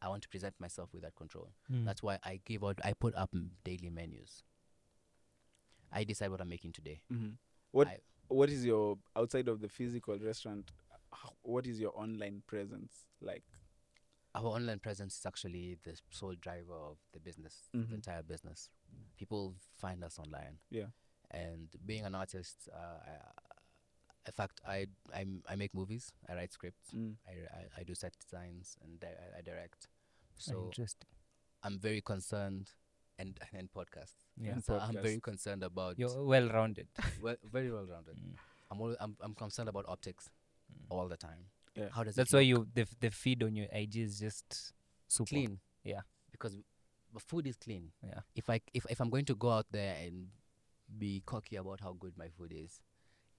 Speaker 3: I want to present myself with that control.
Speaker 1: Mm.
Speaker 3: That's why I give out, I put up m- daily menus. I decide what I'm making today.
Speaker 2: Mhm. What
Speaker 3: Mm-hmm. I-
Speaker 2: What is your outside of the physical restaurant? h- What is your online presence like?
Speaker 3: Our online presence is actually the sole driver of the business,
Speaker 2: Mhm.
Speaker 3: the entire business. People find us online.
Speaker 2: Yeah.
Speaker 3: And being an artist, uh, I, uh, in fact, I, I I make movies. I write scripts.
Speaker 2: Mm.
Speaker 3: I, I, I do set designs and di- I, I direct.
Speaker 1: Oh,
Speaker 3: So
Speaker 1: Interesting.
Speaker 3: I'm very concerned and and podcasts.
Speaker 1: Yeah.
Speaker 3: So I'm very
Speaker 2: Podcasts.
Speaker 3: concerned about
Speaker 1: You're well rounded.
Speaker 3: well, very well rounded.
Speaker 1: Mm.
Speaker 3: I'm, always, I'm I'm concerned about optics all the time.
Speaker 2: Yeah.
Speaker 3: How does it
Speaker 1: That's why
Speaker 3: look?
Speaker 1: you the f- the feed on your IG is just super.
Speaker 3: clean?
Speaker 1: Yeah.
Speaker 3: Because the food is clean.
Speaker 1: Yeah.
Speaker 3: If I if if I'm going to go out there and be cocky about how good my food is,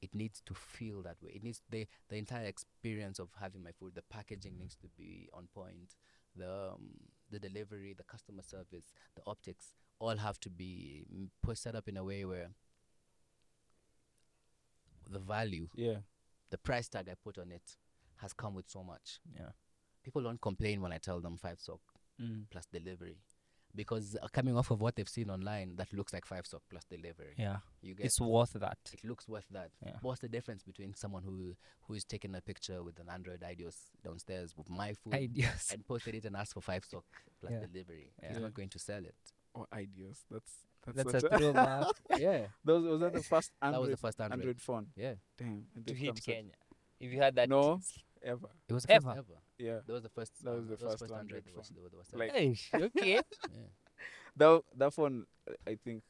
Speaker 3: it needs to feel that way. It needs the the entire experience of having my food. The
Speaker 1: Mm-hmm.
Speaker 3: packaging needs to be on point. The um, the delivery, the customer service, the optics, all have to be mm, put set up in a way where the value,
Speaker 2: Yeah.
Speaker 3: the price tag I put on it, has come with so much.
Speaker 1: Yeah.
Speaker 3: People don't complain when I tell them five sock
Speaker 2: Mm.
Speaker 3: plus delivery because uh, coming off of what they've seen online that looks like five stock plus delivery
Speaker 1: Yeah.
Speaker 3: you get
Speaker 1: It's worth that.
Speaker 3: it looks worth that
Speaker 1: Yeah.
Speaker 3: what's the difference between someone who who is taking a picture with an android idios downstairs with my food
Speaker 1: Ideas.
Speaker 3: and posted it and asked for five stock plus
Speaker 1: Yeah.
Speaker 3: delivery
Speaker 1: Yeah.
Speaker 3: he's not going to sell it
Speaker 2: Or Oh, ideas. That's that's,
Speaker 1: That's
Speaker 2: such
Speaker 1: a
Speaker 2: a,
Speaker 1: throwback
Speaker 3: yeah
Speaker 2: those was that the first
Speaker 3: that was
Speaker 2: Android
Speaker 3: the first android,
Speaker 2: Android phone.
Speaker 3: yeah
Speaker 2: Damn. and
Speaker 1: to
Speaker 2: they've come
Speaker 1: hit
Speaker 2: such-
Speaker 1: Kenya. If you had that,
Speaker 2: No. ever.
Speaker 3: it was the first
Speaker 1: Ever.
Speaker 3: ever.
Speaker 2: Yeah.
Speaker 3: that was the first
Speaker 2: That was the first Android
Speaker 3: android, that was-
Speaker 2: phone.
Speaker 3: that was
Speaker 2: Like-
Speaker 1: Eish, okay.
Speaker 3: yeah.
Speaker 2: That that phone. uh, I think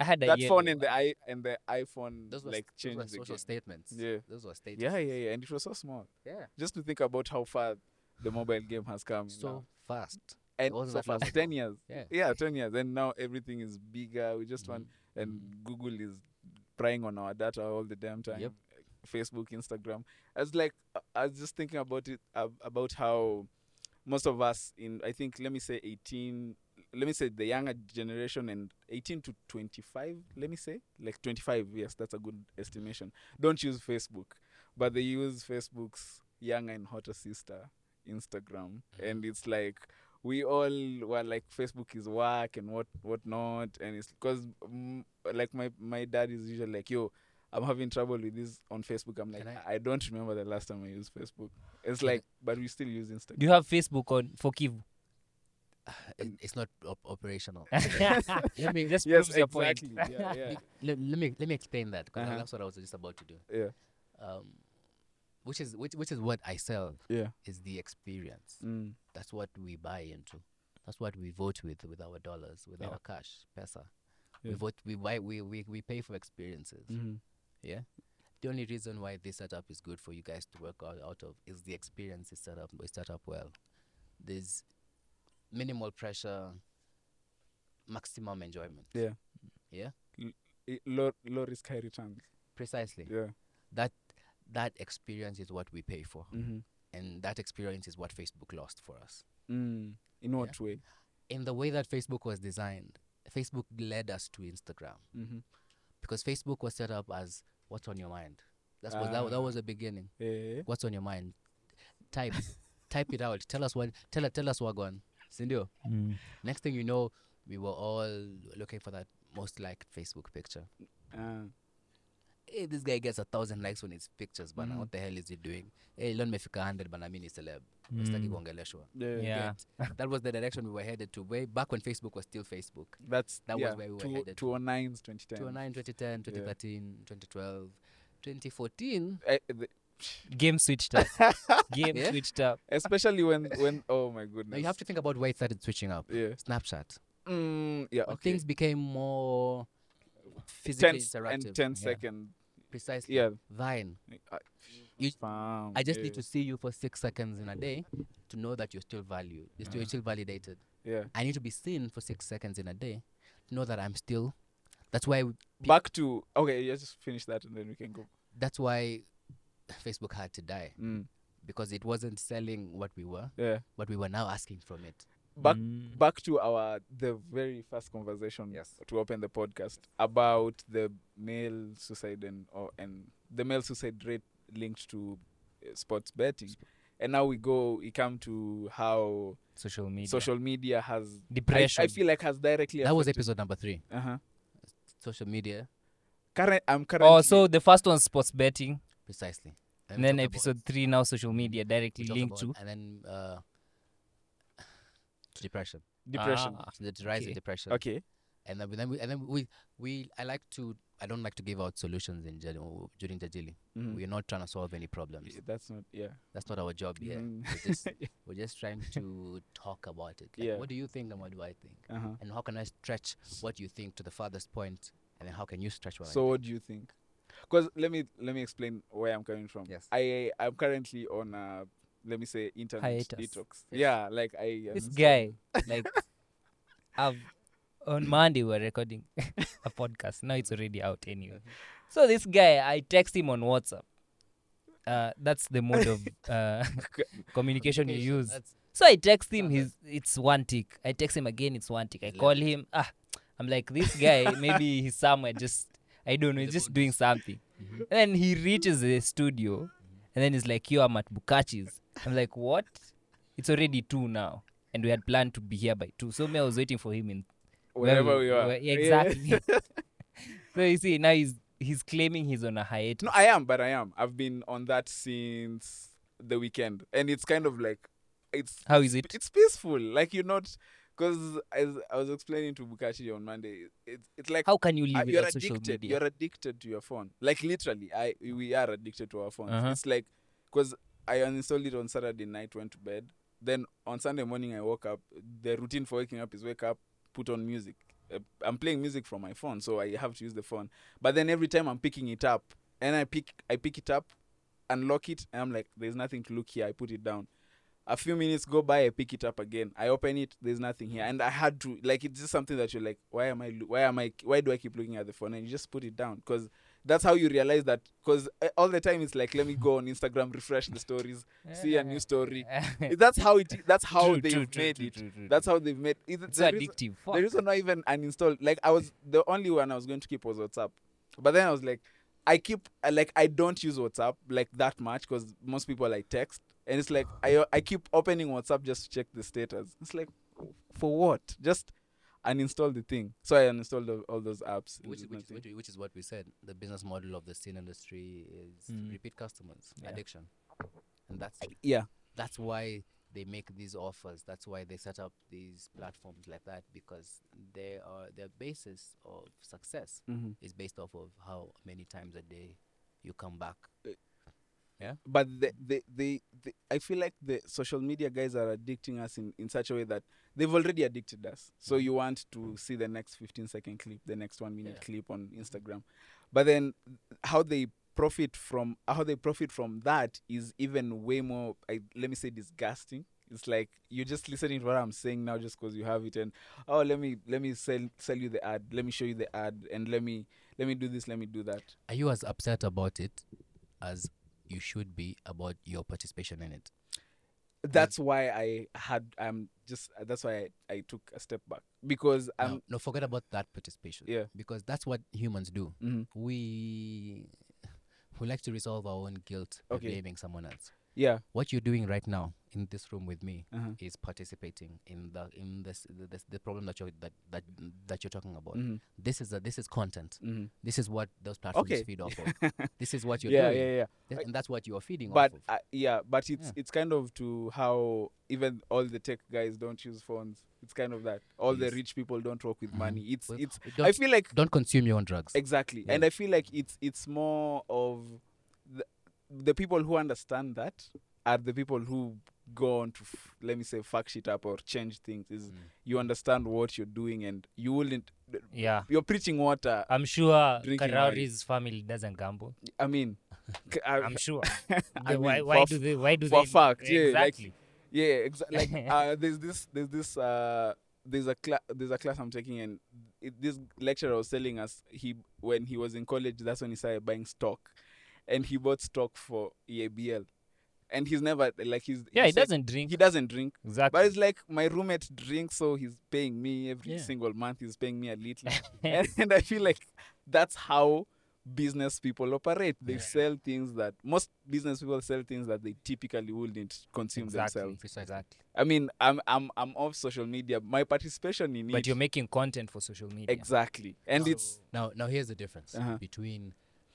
Speaker 1: I had a
Speaker 2: that
Speaker 1: year
Speaker 2: phone
Speaker 1: ago.
Speaker 2: and the i and the iPhone
Speaker 3: those were,
Speaker 2: like
Speaker 3: those were
Speaker 2: changed the
Speaker 3: social
Speaker 2: game.
Speaker 3: statements
Speaker 2: Yeah.
Speaker 3: those were statements
Speaker 2: Yeah, yeah, yeah. And it was so small.
Speaker 3: yeah
Speaker 2: Just to think about how far the mobile game has come.
Speaker 3: so
Speaker 2: now.
Speaker 3: fast
Speaker 2: and
Speaker 3: wasn't
Speaker 2: so
Speaker 3: that long
Speaker 2: fast.
Speaker 3: ago.
Speaker 2: Ten years.
Speaker 3: yeah
Speaker 2: Yeah, ten years. And now everything is
Speaker 3: Mm-hmm.
Speaker 2: bigger. We just want and Google is prying on our data all the damn time.
Speaker 3: Yep.
Speaker 2: Facebook, Instagram. I was like, I was just thinking about it uh, about how most of us in I think let me say 18, let me say the younger generation and 18 to 25, let me say like 25. Yes, that's a good estimation. Don't use Facebook, but they use Facebook's younger and hotter sister, Instagram,
Speaker 1: Mm-hmm.
Speaker 2: and it's like we all were like Facebook is work and what what not, and it's because mm, like my my dad is usually like yo. I'm having trouble with this on Facebook. I'm like,
Speaker 3: Can
Speaker 2: I, don't remember the last time I used Facebook. It's like, but we still use Instagram.
Speaker 1: Do you have Facebook on for Kivu?
Speaker 3: It- it's not op- operational.
Speaker 1: Let me just
Speaker 2: yes,
Speaker 1: proves your point.
Speaker 2: exactly. yeah, yeah,
Speaker 3: let, let me let me explain that 'cause
Speaker 2: Uh-huh.
Speaker 3: that's what I was just about to do.
Speaker 2: yeah,
Speaker 3: Um, which is which which is what I sell
Speaker 2: yeah.
Speaker 3: is the experience.
Speaker 2: Mm.
Speaker 3: That's what we buy into. That's what we vote with with our dollars, with
Speaker 1: Yeah.
Speaker 3: our cash, pesa.
Speaker 2: Yeah. Mm.
Speaker 3: We vote. We buy. We, we we pay for experiences.
Speaker 2: Mm-hmm.
Speaker 3: Yeah. The only reason why this setup is good for you guys to work out, out of is the experience is set up is set up well. There's minimal pressure, maximum enjoyment.
Speaker 2: Yeah.
Speaker 3: Yeah?
Speaker 2: I- Low, low risk, high return.
Speaker 3: Precisely.
Speaker 2: Yeah.
Speaker 3: That that experience is what we pay for.
Speaker 2: Mm-hmm.
Speaker 3: And that experience is what Facebook lost for us.
Speaker 2: Mm. In what way?
Speaker 3: In the way that Facebook was designed, Facebook led us to Instagram.
Speaker 2: Mm-hmm.
Speaker 3: Because Facebook was set up as what's on your mind. That's what that, that
Speaker 2: Ah.
Speaker 3: was the beginning.
Speaker 2: Yeah.
Speaker 3: what's on your mind type type it out tell us what tell tell us what gone sindio
Speaker 1: Mm.
Speaker 3: next thing you know we were all looking for that most liked facebook picture
Speaker 2: Uh,
Speaker 3: hey this guy gets a thousand likes on his pictures but
Speaker 2: Mm.
Speaker 3: what the hell is he doing hey lon mefika 100 bana mi ni celeb sitaki
Speaker 1: Mm.
Speaker 3: kuongeleshwa
Speaker 2: yeah.
Speaker 1: Yeah.
Speaker 3: Get? that was the direction we were headed to way back when facebook was still facebook
Speaker 2: That's
Speaker 3: That was
Speaker 2: yeah,
Speaker 3: where we were
Speaker 2: two,
Speaker 3: headed.
Speaker 2: 209s, 2010.
Speaker 3: 2009 2010 2013 2012 2014
Speaker 2: Eh, the-
Speaker 1: Game switched up. Game
Speaker 3: Yeah.
Speaker 1: switched up.
Speaker 2: especially when when oh my
Speaker 3: now
Speaker 2: goodness.
Speaker 3: you have to think about why it started switching up
Speaker 2: yeah.
Speaker 3: snapchat
Speaker 2: Mm, yeah.
Speaker 3: when
Speaker 2: okay.
Speaker 3: things became more physically
Speaker 2: Ten s-
Speaker 3: interactive
Speaker 2: and 10
Speaker 1: Yeah.
Speaker 2: second.
Speaker 3: precisely
Speaker 2: Yeah.
Speaker 3: Vine.
Speaker 2: I,
Speaker 3: You-
Speaker 2: Bam,
Speaker 3: I just
Speaker 2: yeah.
Speaker 3: need to see you for six seconds in a day to know that you're still valued.
Speaker 2: Uh-huh.
Speaker 3: You're still, you're still validated.
Speaker 2: Yeah.
Speaker 3: I need to be seen for six seconds in a day to know that I'm still. That's why.
Speaker 2: Back to okay. Let's just finish that and then we can go.
Speaker 3: That's why Facebook had to die
Speaker 2: Mm,
Speaker 3: because it wasn't selling what we were,
Speaker 2: yeah.
Speaker 3: what we were now asking from it.
Speaker 2: Back
Speaker 1: Mm.
Speaker 2: back to our the very first conversation
Speaker 3: Yes.
Speaker 2: to open the podcast about the male suicide and or and the male suicide rate linked to uh, sports betting and now we go we come to how
Speaker 1: Social media.
Speaker 2: social media has I,
Speaker 1: depression.
Speaker 2: I feel like has directly
Speaker 3: That was
Speaker 2: affected-
Speaker 3: episode number three.
Speaker 2: uh-huh
Speaker 3: Social media,
Speaker 2: current i'm currently
Speaker 1: oh, so the first one's sports betting,
Speaker 3: precisely.
Speaker 1: and then
Speaker 3: we talked about-
Speaker 1: episode three now social media
Speaker 3: we
Speaker 1: directly
Speaker 3: talked
Speaker 1: linked to
Speaker 3: about- and then uh, to depression,
Speaker 2: depression
Speaker 1: Ah,
Speaker 3: the rise
Speaker 1: okay.
Speaker 3: in depression.
Speaker 2: okay
Speaker 3: and then we, then we and then we we I like to I don't like to give out solutions in general during Jajili.
Speaker 2: Mhm.
Speaker 3: We're not trying to solve any problems.
Speaker 2: Yeah, that's not yeah
Speaker 3: That's not our job here.
Speaker 2: Mm.
Speaker 3: We're just we're just trying to talk about it. Like,
Speaker 2: Yeah.
Speaker 3: What do you think and what do I think?
Speaker 2: uh-huh
Speaker 3: And how can I stretch what you think to the farthest point? And then how can you stretch what
Speaker 2: so what do you think because let me let me explain where i'm coming from
Speaker 3: Yes.
Speaker 2: i i'm currently on a let me say internet
Speaker 1: Hiatus.
Speaker 2: detox
Speaker 3: Yes.
Speaker 2: yeah like i am
Speaker 1: this
Speaker 2: so-
Speaker 1: guy like I've, on monday we're recording a podcast now it's already out anyway so this guy i text him on whatsapp uh, that's the mode of uh, communication you use so i text him
Speaker 3: Okay.
Speaker 1: his it's one tick i text him again it's one tick i call him ah i'm like this guy maybe he's somewhere just i don't know he's just doing something
Speaker 2: Mm-hmm.
Speaker 1: and then he reaches the studio and then he's like yo i'm at bukachi's i'm like what it's already two now and we had planned to be here by two so me i was waiting for him in
Speaker 2: wherever
Speaker 1: where
Speaker 2: we are
Speaker 1: where- yeah, exactly so you see now he's he's claiming he's on a hiatus
Speaker 2: No, I am, but I am. I've been on that since the weekend, and it's kind of like it's
Speaker 1: how is it
Speaker 2: it's peaceful. Like you're not, because as I was explaining to Bukashi on Monday, it's it's like
Speaker 1: how can you live
Speaker 2: uh, you're
Speaker 1: without social
Speaker 2: addicted.
Speaker 1: media
Speaker 2: You're addicted to your phone. Like literally, I we are addicted to our phones.
Speaker 1: Uh-huh.
Speaker 2: It's like because I uninstalled it on Saturday night, went to bed. Then on Sunday morning, I woke up. The routine for waking up is wake up, put on music. Uh, I'm playing music from my phone, so I have to use the phone. But then every time I'm picking it up, and I pick I pick it up, unlock it, and I'm like, there's nothing to look here. I put it down. A few minutes go by, I pick it up again. I open it, there's nothing here, and I had to like it's just something that you're like, why am I, lo- why am I, why do I keep looking at the phone? And you just put it down because that's how you realize that because all the time it's like let me go on instagram refresh the stories see a new story that's how it that's how
Speaker 1: True,
Speaker 2: they've
Speaker 1: true, true,
Speaker 2: made
Speaker 1: true,
Speaker 2: it
Speaker 1: true, true,
Speaker 2: that's how they've made it
Speaker 1: it's
Speaker 2: the
Speaker 1: so
Speaker 2: reason-
Speaker 1: addictive.
Speaker 2: the
Speaker 1: Fuck.
Speaker 2: reason I even uninstalled, like I was the only one I was going to keep was WhatsApp, but then I was like, I keep I like I don't use WhatsApp like that much because most people I text, and it's like I I keep opening WhatsApp just to check the status. It's like for what? Just uninstall the thing. So I uninstalled all, all those apps. and
Speaker 3: Which,
Speaker 2: did
Speaker 3: which, is,
Speaker 2: nothing.
Speaker 3: which, which is what we said. The business model of the scene industry is
Speaker 1: Mm.
Speaker 3: repeat customers,
Speaker 1: Yeah.
Speaker 3: addiction, and that's
Speaker 2: yeah,
Speaker 3: that's why they make these offers. That's why they set up these platforms like that because they are their basis of success
Speaker 2: mm-hmm.
Speaker 3: is based off of how many times a day you come back.
Speaker 2: but the, the, the, the I feel like the social media guys are addicting us in, in such a way that they've already addicted us. So you want to see the next 15 second clip, the next one minute
Speaker 3: Yeah.
Speaker 2: clip on Instagram. But then how they profit from how they profit from that is even way more I, let me say disgusting. It's like you're just listening to what I'm saying now just because you have it and oh let me let me sell sell you the ad, let me show you the ad and let me let me do this, let me do that.
Speaker 3: Are you as upset about it as you should be about your participation in it?
Speaker 2: that's why I had I'm just that's why I, I took a step back because I'm
Speaker 3: no, no, forget about that participation.
Speaker 2: Yeah.
Speaker 3: Because that's what humans do.
Speaker 2: Mhm.
Speaker 3: We we like to resolve our own guilt by
Speaker 2: Okay.
Speaker 3: blaming someone else.
Speaker 2: yeah
Speaker 3: What you're doing right now in this room with me
Speaker 2: uh-huh.
Speaker 3: is participating in the in this the, this, the problem that you're that, that that you're talking about.
Speaker 2: Mhm.
Speaker 3: This is a, this is content.
Speaker 2: Mhm.
Speaker 3: This is what those platforms
Speaker 2: Okay.
Speaker 3: feed off of. this is what you're
Speaker 2: yeah yeah
Speaker 3: doing,
Speaker 2: yeah
Speaker 3: Th-
Speaker 2: I-
Speaker 3: and that's what you are feeding
Speaker 2: but
Speaker 3: off of.
Speaker 2: uh, yeah but it's
Speaker 3: Yeah.
Speaker 2: it's kind of to how even all the tech guys don't use phones it's kind of that all
Speaker 3: Yes.
Speaker 2: the rich people don't work with
Speaker 3: Mhm.
Speaker 2: money it's
Speaker 3: Well,
Speaker 2: it's
Speaker 3: don't,
Speaker 2: I feel like
Speaker 3: don't consume your own drugs.
Speaker 2: exactly and
Speaker 3: Yeah.
Speaker 2: I feel like it's it's more of the, the people who understand that are the people who go on to f- let me say fuck shit up or change things is
Speaker 3: Mm.
Speaker 2: you understand what you're doing and you wouldn't
Speaker 1: Yeah.
Speaker 2: you're preaching water.
Speaker 1: I'm sure
Speaker 2: Drinking
Speaker 1: Karari's family doesn't gamble.
Speaker 2: I mean, c- I,
Speaker 1: I'm sure.
Speaker 2: I
Speaker 1: They- why,
Speaker 2: mean,
Speaker 1: why
Speaker 2: for
Speaker 1: do
Speaker 2: f-
Speaker 1: they? Why do
Speaker 2: for
Speaker 1: they?
Speaker 2: fact, yeah, like-
Speaker 1: exactly.
Speaker 2: yeah, exactly. Like uh, there's this, there's this, uh, there's a cla- there's a class I'm taking, and it, this lecturer was telling us he when he was in college, that's when he started buying stock, and he bought stock for E EABL, and he's never like he's
Speaker 1: yeah, he
Speaker 2: said
Speaker 1: doesn't drink.
Speaker 2: he doesn't drink,
Speaker 1: exactly.
Speaker 2: but it's like my roommate drinks, so he's paying me every
Speaker 3: Yeah.
Speaker 2: single month. He's paying me a little, and, and I feel like that's how business people operate. They
Speaker 1: Yeah.
Speaker 2: sell things that most business people sell things that they typically wouldn't consume
Speaker 1: exactly.
Speaker 2: themselves.
Speaker 3: Precisely.
Speaker 1: exactly.
Speaker 2: I mean, I'm I'm I'm off social media. My participation in
Speaker 1: But
Speaker 2: it
Speaker 1: you're making content for social media.
Speaker 2: exactly, and it's
Speaker 3: Now, now here's the difference
Speaker 2: Uh-huh.
Speaker 3: between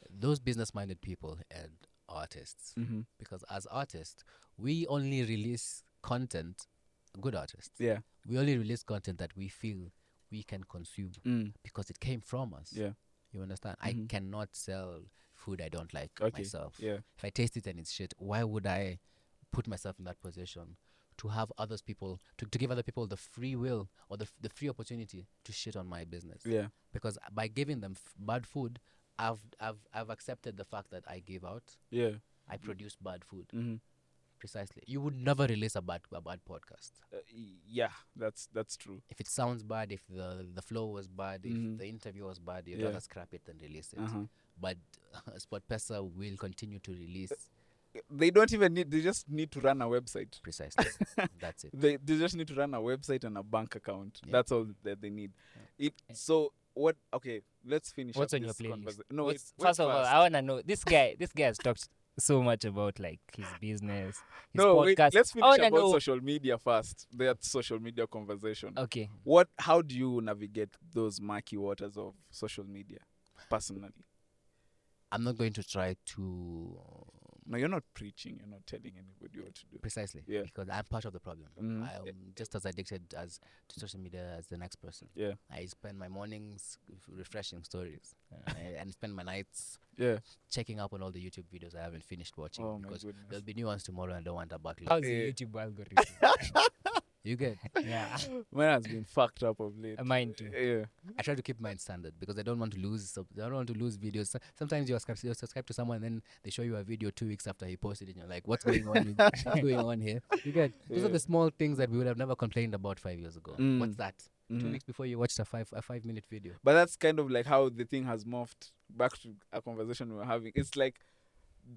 Speaker 3: those business-minded people and artists,
Speaker 2: Mhm.
Speaker 3: because as artists, we only release content, good artists.
Speaker 2: yeah,
Speaker 3: We only release content that we feel we can consume
Speaker 2: mm.
Speaker 3: because it came from us.
Speaker 2: Yeah.
Speaker 3: You understand? I
Speaker 2: Mhm.
Speaker 3: cannot sell food I don't like
Speaker 2: Okay,
Speaker 3: myself.
Speaker 2: yeah,
Speaker 3: If I taste it and it's shit, why would I put myself in that position to have others people to, to give other people the free will or the, f- the free opportunity to shit on my business?
Speaker 2: yeah,
Speaker 3: because by giving them f- bad food, I've I've I've accepted the fact that I give out,
Speaker 2: yeah.
Speaker 3: I produce bad food.
Speaker 2: hmm
Speaker 3: Precisely, you would never release a bad a bad podcast
Speaker 2: Uh, yeah, that's that's true.
Speaker 3: if it sounds bad, if the the flow was bad, if
Speaker 2: Mhm.
Speaker 3: the interview was bad. You'd
Speaker 2: Yeah.
Speaker 3: rather scrap it than release it.
Speaker 2: Uh-huh.
Speaker 3: But Spot Pesa will continue to release
Speaker 2: They don't even need. They just need to run a website.
Speaker 3: precisely. That's it.
Speaker 2: they, they just need to run a website and a bank account.
Speaker 3: Yeah.
Speaker 2: That's all that they need. It so what? Okay, let's finish.
Speaker 1: What's
Speaker 2: up
Speaker 1: on your
Speaker 2: this
Speaker 1: playlist?
Speaker 2: conversa- No,
Speaker 1: What's-
Speaker 2: wait, wait
Speaker 1: first of all,
Speaker 2: first.
Speaker 1: I wanna know this guy. This guy has talked so much about like his business, his
Speaker 2: no, wait,
Speaker 1: podcast. Oh,
Speaker 2: let's
Speaker 1: I
Speaker 2: finish
Speaker 1: wanna
Speaker 2: about
Speaker 1: know.
Speaker 2: social media first. That social media conversation.
Speaker 1: Okay,
Speaker 2: What? How do you navigate those murky waters of social media, personally?
Speaker 3: I'm not going to try to
Speaker 2: No, you're not preaching. You're not telling anybody what to do.
Speaker 3: precisely
Speaker 2: Yeah.
Speaker 3: because I'm part of the problem.
Speaker 2: Mhm.
Speaker 3: I'm just as addicted as to social media as the next person.
Speaker 2: Yeah,
Speaker 3: I spend my mornings f- refreshing stories uh, and spend my nights
Speaker 2: yeah.
Speaker 3: checking up on all the YouTube videos I haven't finished watching
Speaker 2: Oh my
Speaker 3: because
Speaker 2: goodness.
Speaker 3: there'll be new ones tomorrow and I don't want a backlog.
Speaker 1: how's
Speaker 2: Yeah.
Speaker 1: the YouTube algorithm?
Speaker 3: You get?
Speaker 1: yeah,
Speaker 2: Mine has been fucked up of late.
Speaker 1: mine too.
Speaker 2: Yeah.
Speaker 3: I try to keep mine standard because I don't want to lose. sub- I don't want to lose videos. So- Sometimes you're subscribed, you're subscribed to someone and then they show you a video two weeks after he posted it. And you're like, what's going on? with- what's going on here? You get? Those are
Speaker 2: Yeah.
Speaker 3: the small things that we would have never complained about five years ago.
Speaker 2: Mm.
Speaker 3: What's that? Two
Speaker 2: Mhm.
Speaker 3: weeks before you watched a five a five minute video.
Speaker 2: But that's kind of like how the thing has morphed back to a conversation we were having. It's like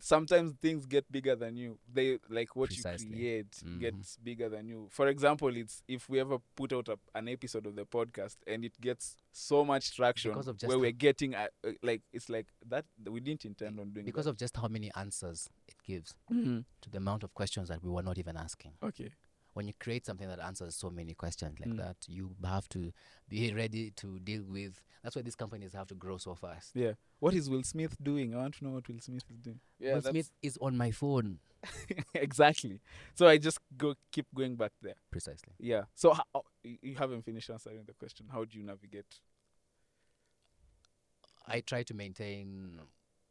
Speaker 2: sometimes things get bigger than you. They like what
Speaker 3: Precisely.
Speaker 2: you create
Speaker 3: Mhm.
Speaker 2: gets bigger than you. For example, it's if we ever put out a, an episode of the podcast and it gets so much traction
Speaker 3: Because of just
Speaker 2: where we're
Speaker 3: how-
Speaker 2: getting a, uh, like it's like that we didn't intend on doing
Speaker 3: because
Speaker 2: that.
Speaker 3: of just how many answers it gives to the amount of questions that we were not even asking.
Speaker 2: okay.
Speaker 3: When you create something that answers so many questions like
Speaker 2: Mm.
Speaker 3: that, you have to be ready to deal with. That's why these companies have to grow so fast.
Speaker 2: Yeah. What is Will Smith doing? I want to know what Will Smith is doing. Yeah,
Speaker 3: Will Smith is on my phone.
Speaker 2: exactly. So I just go keep going back there.
Speaker 3: Precisely.
Speaker 2: Yeah. So ho- oh, y- you haven't finished answering the question. How do you navigate?
Speaker 3: I try to maintain.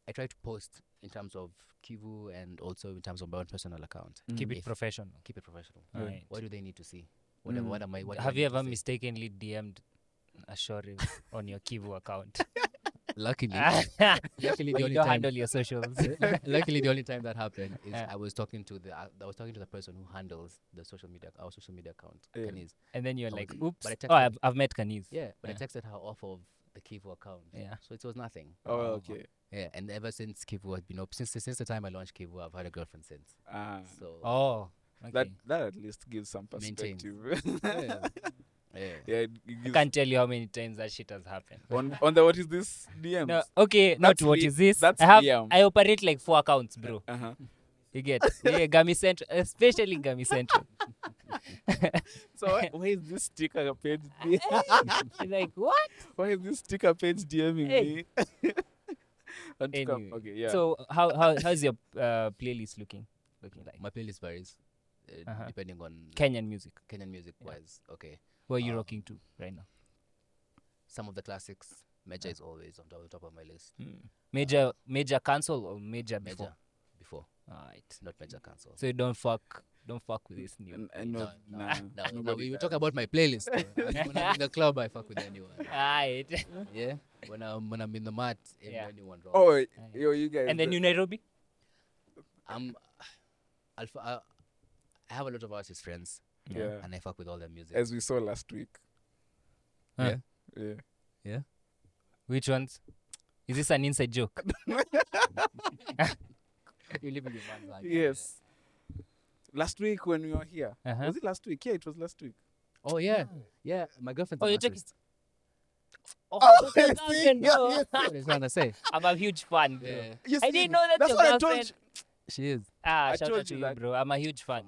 Speaker 3: I try to post in terms of Kivu and also in terms of my own personal account.
Speaker 1: Keep it
Speaker 3: If-
Speaker 1: professional.
Speaker 3: Keep it professional.
Speaker 2: Yeah.
Speaker 1: Alright.
Speaker 3: What do they need to see? What, am-
Speaker 2: Mm.
Speaker 3: what am I? What do I
Speaker 1: Have you
Speaker 3: need to
Speaker 1: ever
Speaker 3: say?
Speaker 1: mistakenly DM'd a Shorib on your Kivu account?
Speaker 3: Luckily, luckily
Speaker 1: But
Speaker 3: the
Speaker 1: you
Speaker 3: only
Speaker 1: don't
Speaker 3: time
Speaker 1: handle your socials.
Speaker 3: luckily the only time that happened is
Speaker 1: Yeah.
Speaker 3: I was talking to the uh, I was talking to the person who handles the social media our social media account.
Speaker 2: Yeah.
Speaker 3: Kenny's.
Speaker 1: and then you're
Speaker 3: I
Speaker 1: like,
Speaker 3: was-
Speaker 1: oops.
Speaker 3: but I
Speaker 1: Oh,
Speaker 3: texted-
Speaker 1: I've, I've met Kaniz.
Speaker 3: Yeah, but
Speaker 1: Yeah.
Speaker 3: I texted her off of the Kivu account.
Speaker 1: Yeah.
Speaker 3: So it was nothing.
Speaker 2: Oh,
Speaker 3: Uh,
Speaker 2: okay.
Speaker 3: Yeah, and ever since Kivu has been up since since the time I launched Kivu, I've had a girlfriend since.
Speaker 2: Ah,
Speaker 3: So
Speaker 1: Oh. Okay.
Speaker 2: that that at least gives some
Speaker 3: Maintain.
Speaker 2: perspective.
Speaker 3: yeah. yeah.
Speaker 2: yeah, it it
Speaker 1: I
Speaker 2: gives-
Speaker 1: can't tell you how many times that shit has happened.
Speaker 2: on on the what is this DMs?
Speaker 1: No, okay, not
Speaker 2: That's
Speaker 1: what
Speaker 2: Li-
Speaker 1: is this?
Speaker 2: that's
Speaker 1: I have
Speaker 2: Liam.
Speaker 1: I operate like four accounts, bro.
Speaker 2: Uh-huh.
Speaker 1: You get yeah, Gummy Central, especially Gummy Central.
Speaker 2: So why, why is this sticker page?
Speaker 1: like what?
Speaker 2: Why is this sticker page DMing
Speaker 1: Hey.
Speaker 2: me? And to come-
Speaker 1: Anyway,
Speaker 2: okay, yeah.
Speaker 1: So how how how's your uh, playlist looking? Looking like
Speaker 3: My playlist varies uh,
Speaker 1: Uh-huh.
Speaker 3: depending on
Speaker 1: Kenyan music.
Speaker 3: Kenyan music wise. Okay.
Speaker 1: What are you
Speaker 3: Uh,
Speaker 1: rocking to right now?
Speaker 3: Some of the classics. Major is always on top, on top of my list.
Speaker 1: Major major cancel or major
Speaker 3: Major
Speaker 1: before?
Speaker 3: before,
Speaker 1: Alright.
Speaker 3: not major cancel.
Speaker 1: So you don't fuck don't fuck with this new.
Speaker 2: and, and no,
Speaker 3: no,
Speaker 2: nah,
Speaker 3: No, no,
Speaker 2: nobody
Speaker 3: we were
Speaker 2: does.
Speaker 3: talking about my playlist. though. I mean, when I'm in the club, I fuck with anyone.
Speaker 1: Alright.
Speaker 3: Yeah. When I'm when I'm in the mat, if
Speaker 1: Yeah.
Speaker 3: anyone wrong.
Speaker 2: Oh, yo, you guys.
Speaker 1: and then
Speaker 2: the-
Speaker 1: you Nairobi?
Speaker 3: I'm. I'll, f- I, I have a lot of artist friends,
Speaker 2: Yeah.
Speaker 3: and I fuck with all their music.
Speaker 2: As we saw last week.
Speaker 1: Huh.
Speaker 2: Yeah.
Speaker 1: Which ones? Is this an inside joke?
Speaker 3: you live in your man's land.
Speaker 2: Yes. Last week when we were here.
Speaker 1: Uh-huh.
Speaker 2: Was it last week? Yeah, it was last week.
Speaker 3: Oh yeah, yeah. My girlfriend's
Speaker 1: Oh,
Speaker 3: an
Speaker 1: you're joking.
Speaker 3: artist.
Speaker 1: Oh,
Speaker 2: yes,
Speaker 1: girlfriend,
Speaker 2: yeah,
Speaker 1: bro.
Speaker 2: yes.
Speaker 3: That's what I was trying to say.
Speaker 1: I'm a huge fan, bro.
Speaker 3: Yeah,
Speaker 2: Yes,
Speaker 1: I
Speaker 2: it
Speaker 1: didn't
Speaker 2: is.
Speaker 1: know that's
Speaker 2: That's
Speaker 1: your
Speaker 2: what I told
Speaker 1: girlfriend.
Speaker 2: you.
Speaker 3: she is,
Speaker 1: Ah,
Speaker 2: I
Speaker 1: shout
Speaker 2: told
Speaker 1: out to
Speaker 2: you
Speaker 1: you,
Speaker 2: that.
Speaker 1: bro. I'm a huge fan.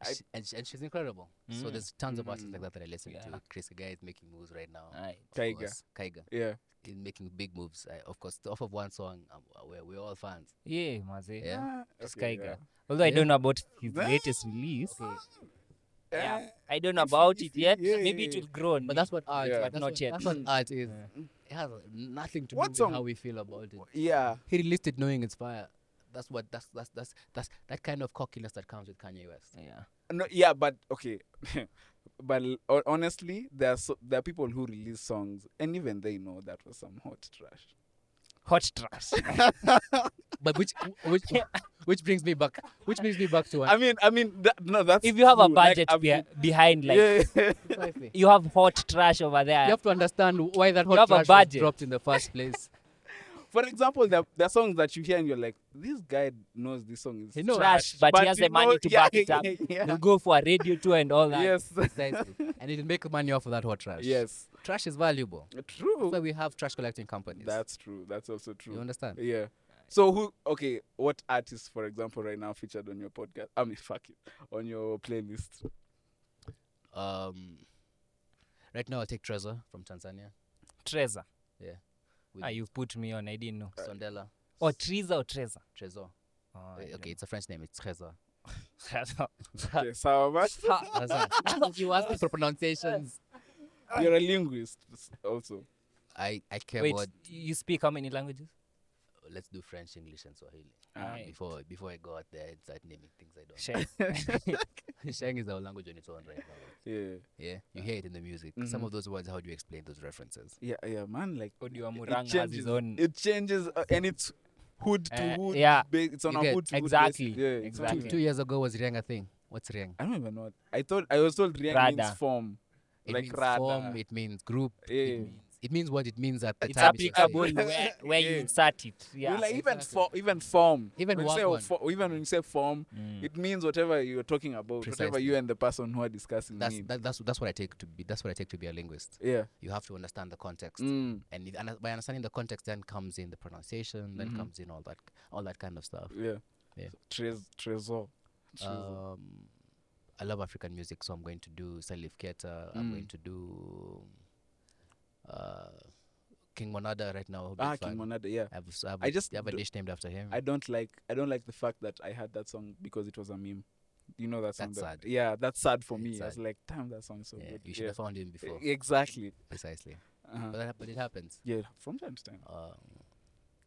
Speaker 2: I-
Speaker 3: she, and, she, and she's incredible. So
Speaker 1: Mm.
Speaker 3: there's tons of artists like that that I listen
Speaker 1: Yeah. Uh,
Speaker 3: to. Chris Guy is making moves right now. of
Speaker 1: Alright.
Speaker 2: Kaiga.
Speaker 3: course. Kaiga
Speaker 2: Yeah.
Speaker 3: is making big moves. I, of course, off of one song, um, we're, we're all fans.
Speaker 1: Yeah, Maze.
Speaker 3: Yeah.
Speaker 2: Ah,
Speaker 1: This
Speaker 2: okay,
Speaker 1: guy
Speaker 2: yeah.
Speaker 1: guy. Although I
Speaker 3: Yeah.
Speaker 1: don't know about his
Speaker 2: Ah.
Speaker 1: latest release. Yeah.
Speaker 2: Ah,
Speaker 1: I don't know
Speaker 2: If you-
Speaker 1: about
Speaker 2: if
Speaker 1: it
Speaker 2: you-
Speaker 1: yet.
Speaker 2: yeah,
Speaker 1: Maybe
Speaker 2: yeah,
Speaker 1: it
Speaker 2: yeah.
Speaker 1: will grow on me.
Speaker 3: But that's what art.
Speaker 2: Yeah.
Speaker 3: That's
Speaker 1: But not
Speaker 3: what,
Speaker 1: yet.
Speaker 3: That's what art is. It has nothing to
Speaker 2: What
Speaker 3: do
Speaker 2: song?
Speaker 3: with how we feel about it.
Speaker 2: yeah.
Speaker 3: He released it knowing it's fire. That's what. That's that's that's that's that kind of cockiness that comes with Kanye West.
Speaker 1: yeah.
Speaker 2: No, yeah, but okay. but l- ho- honestly, there are so, there are people who release songs, and even they know that was some hot trash.
Speaker 1: Hot trash.
Speaker 3: But which which which brings me back. Which brings me back to
Speaker 2: I
Speaker 3: an
Speaker 2: mean, I mean, that, no, that's
Speaker 1: if you have a
Speaker 2: true. Like,
Speaker 1: budget
Speaker 2: I've
Speaker 1: beh-
Speaker 2: been-
Speaker 1: behind, like
Speaker 2: yeah.
Speaker 3: You
Speaker 1: you have hot trash over there.
Speaker 3: have to understand why
Speaker 1: have
Speaker 3: that hot
Speaker 1: a
Speaker 3: trash was
Speaker 1: budget.
Speaker 3: dropped in the first place.
Speaker 2: For example, there, there are songs that you hear and you're like, this guy knows this song is
Speaker 3: He knows.
Speaker 1: trash, but, he has
Speaker 2: you
Speaker 1: the money
Speaker 2: know-
Speaker 1: to
Speaker 2: yeah,
Speaker 1: back it up.
Speaker 2: yeah,
Speaker 1: He'll go for a radio tour and all that.
Speaker 2: Yes,
Speaker 3: Precisely. and it'll make money off of that hot trash.
Speaker 2: yes,
Speaker 3: Trash is valuable. That's why
Speaker 2: true.
Speaker 3: we have trash collecting companies.
Speaker 2: That's true. That's also true.
Speaker 3: you understand?
Speaker 2: Yeah. So who? Okay, what artists, for example, right now featured on your podcast? I mean, fuck it, on your playlist.
Speaker 3: Um, right now I'll take Treasure from Tanzania.
Speaker 1: Trezor.
Speaker 3: With
Speaker 1: Ah, you put me on. I didn't know.
Speaker 3: Sondela.
Speaker 1: Or Treza or Trezor.
Speaker 3: Trezor.
Speaker 1: Oh, I
Speaker 3: Uh,
Speaker 1: don't
Speaker 3: okay, it's a French name. It's Trezor.
Speaker 1: know.
Speaker 2: Okay, so much.
Speaker 3: you ask me for pronunciations.
Speaker 2: You're a linguist, s- also.
Speaker 3: I, I care
Speaker 1: Wait,
Speaker 3: about.
Speaker 1: you speak how many languages?
Speaker 3: Let's do French, English, and Swahili.
Speaker 1: Alright.
Speaker 3: Before before I go out there and start naming things I don't.
Speaker 1: Shit.
Speaker 3: Shang is our language on its own right now.
Speaker 2: Yeah,
Speaker 3: Yeah, you hear it in the music. Some of those words, how do you explain those references?
Speaker 2: yeah, yeah, man. Like
Speaker 1: Odi wa
Speaker 2: it
Speaker 1: Muranga has
Speaker 2: changes-
Speaker 1: his own-
Speaker 2: It changes, uh, and it's hood to
Speaker 1: Uh,
Speaker 2: hood.
Speaker 1: yeah.
Speaker 2: ba- it's on
Speaker 3: You
Speaker 2: a
Speaker 3: get-
Speaker 2: hood to hood.
Speaker 1: exactly,
Speaker 2: basis. Yeah, it's
Speaker 3: Two-
Speaker 1: exactly.
Speaker 2: true.
Speaker 3: Two, years ago was Riang a thing. What's Riang?
Speaker 2: I don't even know. What, I thought I was told Riang means
Speaker 1: Rada.
Speaker 2: form,
Speaker 3: It
Speaker 2: like
Speaker 3: means
Speaker 2: Rada.
Speaker 3: form. It means group.
Speaker 2: Yeah.
Speaker 3: It means It means what it means at the
Speaker 1: it's
Speaker 3: time. it's the same.
Speaker 1: applicable where, where you
Speaker 2: Yeah.
Speaker 1: insert it. Yeah.
Speaker 2: like even
Speaker 3: exactly.
Speaker 2: fo- even form.
Speaker 3: Even
Speaker 2: when you say
Speaker 3: one-
Speaker 2: fo- even when you say form,
Speaker 1: Mm.
Speaker 2: it means whatever you're talking about, whatever
Speaker 3: Precisely.
Speaker 2: you and the person who are discussing
Speaker 3: That's
Speaker 2: mean.
Speaker 3: that, that's that's what I take to be. That's what I take to be a linguist.
Speaker 2: yeah.
Speaker 3: You have to understand the context,
Speaker 2: Mm.
Speaker 3: and, if, and uh, by understanding the context, then comes in the pronunciation,
Speaker 2: Mm-hmm.
Speaker 3: then comes in all that all that kind of stuff.
Speaker 2: Yeah.
Speaker 3: Yeah. Oh,
Speaker 2: Trez- Trezor. Trezor.
Speaker 3: Um, I love African music, so I'm going to do Salif Keita.
Speaker 2: Mm.
Speaker 3: I'm going to do uh, King Monada right now.
Speaker 2: ah, King Monada. Yeah.
Speaker 3: I have, s- I have,
Speaker 2: I
Speaker 3: I
Speaker 2: just
Speaker 3: just have a
Speaker 2: do-
Speaker 3: dish named after him.
Speaker 2: I don't like I don't like the fact that I had that song because it was a meme. You know that song.
Speaker 3: That's
Speaker 2: that-
Speaker 3: sad.
Speaker 2: Yeah, that's sad for me.
Speaker 3: It's
Speaker 2: I was
Speaker 3: sad.
Speaker 2: like, damn, that song is so
Speaker 3: yeah,
Speaker 2: good.
Speaker 3: you should
Speaker 2: yeah.
Speaker 3: have found him before,
Speaker 2: E- Exactly.
Speaker 3: precisely.
Speaker 2: Uh-huh.
Speaker 3: But, that, but it happens.
Speaker 2: Yeah, from time to time.
Speaker 3: Um,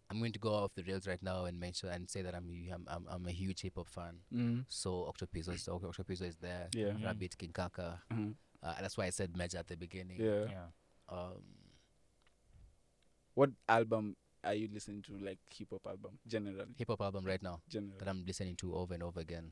Speaker 3: I'm going to go off the rails right now and mention and say that I'm hu- I'm I'm, I'm a huge hip hop fan.
Speaker 2: Mm.
Speaker 3: So Octopizzo is Octopizzo is there.
Speaker 2: Yeah.
Speaker 1: Mhm.
Speaker 3: Rabbit King Kaka.
Speaker 2: Mhm.
Speaker 3: Uh, that's why I said Major at the beginning.
Speaker 2: Yeah.
Speaker 1: Yeah.
Speaker 3: Um,
Speaker 2: What album are you listening to? Like hip hop album generally.
Speaker 3: hip hop album right now. that
Speaker 2: Generally.
Speaker 3: I'm listening to over and over again.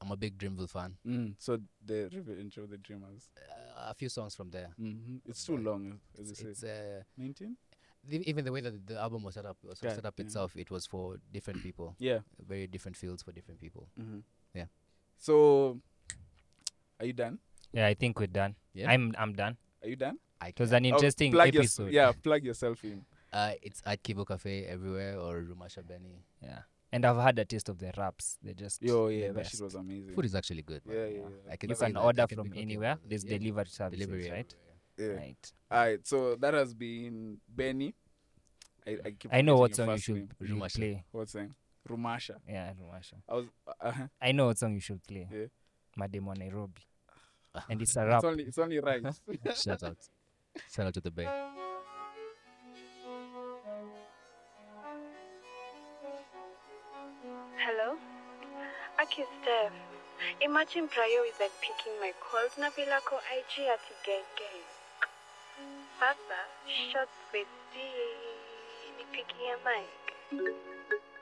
Speaker 3: I'm a big Dreamville fan.
Speaker 2: Mm. So the River intro, the Dreamers.
Speaker 3: Uh, a few songs from there.
Speaker 2: hmm It's too
Speaker 3: Right.
Speaker 2: long, as you
Speaker 3: It's
Speaker 2: say.
Speaker 3: uh,
Speaker 2: 19?
Speaker 3: the- even the way that the album was set up, was
Speaker 2: Yeah,
Speaker 3: set up
Speaker 2: yeah.
Speaker 3: itself, it was for different people,
Speaker 2: Yeah.
Speaker 3: very different fields for different people.
Speaker 2: Mm-hmm.
Speaker 3: Yeah.
Speaker 2: So, are you done?
Speaker 1: Yeah, I think we're done.
Speaker 3: Yeah.
Speaker 1: I'm I'm done.
Speaker 2: Are you done?
Speaker 3: I
Speaker 1: It was
Speaker 3: can-
Speaker 1: an interesting
Speaker 2: oh, plug yours-
Speaker 1: episode.
Speaker 2: yeah, plug yourself in.
Speaker 3: uh, it's at Kibo Cafe everywhere or Rumasha Benny.
Speaker 1: Yeah. And I've had a taste of the wraps. They're just
Speaker 2: Yo,
Speaker 1: the
Speaker 2: yeah, that
Speaker 1: best.
Speaker 2: shit was amazing.
Speaker 3: Food is actually good. man.
Speaker 2: yeah, yeah, yeah.
Speaker 3: I can
Speaker 1: you
Speaker 3: say
Speaker 1: can
Speaker 3: that,
Speaker 1: order
Speaker 3: I can
Speaker 1: from
Speaker 3: be cooking
Speaker 1: anywhere.
Speaker 3: for-
Speaker 1: There's
Speaker 3: yeah,
Speaker 1: delivery services,
Speaker 3: delivery
Speaker 1: right?
Speaker 3: everywhere.
Speaker 2: yeah.
Speaker 1: Right.
Speaker 2: All right, so that has been Benny. I, I, keep
Speaker 1: I
Speaker 2: forgetting
Speaker 1: know what
Speaker 2: your
Speaker 1: song you
Speaker 2: first
Speaker 1: should
Speaker 2: name.
Speaker 1: you
Speaker 3: Rumasha.
Speaker 1: play.
Speaker 2: What's saying? Rumasha.
Speaker 1: Yeah, Rumasha.
Speaker 2: I was. Uh,
Speaker 1: I know what song you should play.
Speaker 2: Yeah.
Speaker 1: Mademo Nairobi. and it's a
Speaker 2: it's
Speaker 1: rap.
Speaker 2: only it's only right.
Speaker 3: Shout out. Shout out to the bay.
Speaker 4: Hello? Aki is there. Imagine Brayo is like picking my calls na bilako IG oh, at gege. Papa, shots with D. Ni picking a mic.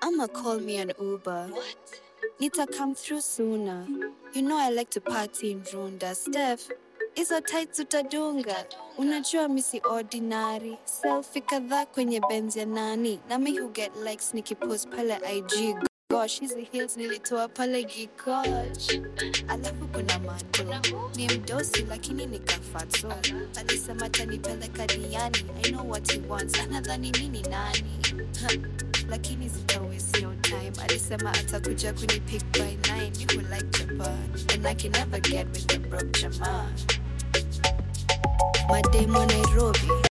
Speaker 5: I'ma call me an Uber. What? Nita come through sooner. You know I like to party in Runda. Steph, hizo tight tutadunga. Unajua mi si ordinary. Selfie kadhaa kwenye benz ya nani. Na mi who get likes nikipost pale IG. Gosh, hizi heels nilitoa pale Gikoch. Alafu kuna mado. Ni mdosi lakini nikafatu. Alisema tanipeleka diani. I know what he wants. Anadhani nini nani? Ha lakini zita waste your time alisema atakuja kunipick by nine you would like japan and i can never get with the broke jamaa mademo nairobi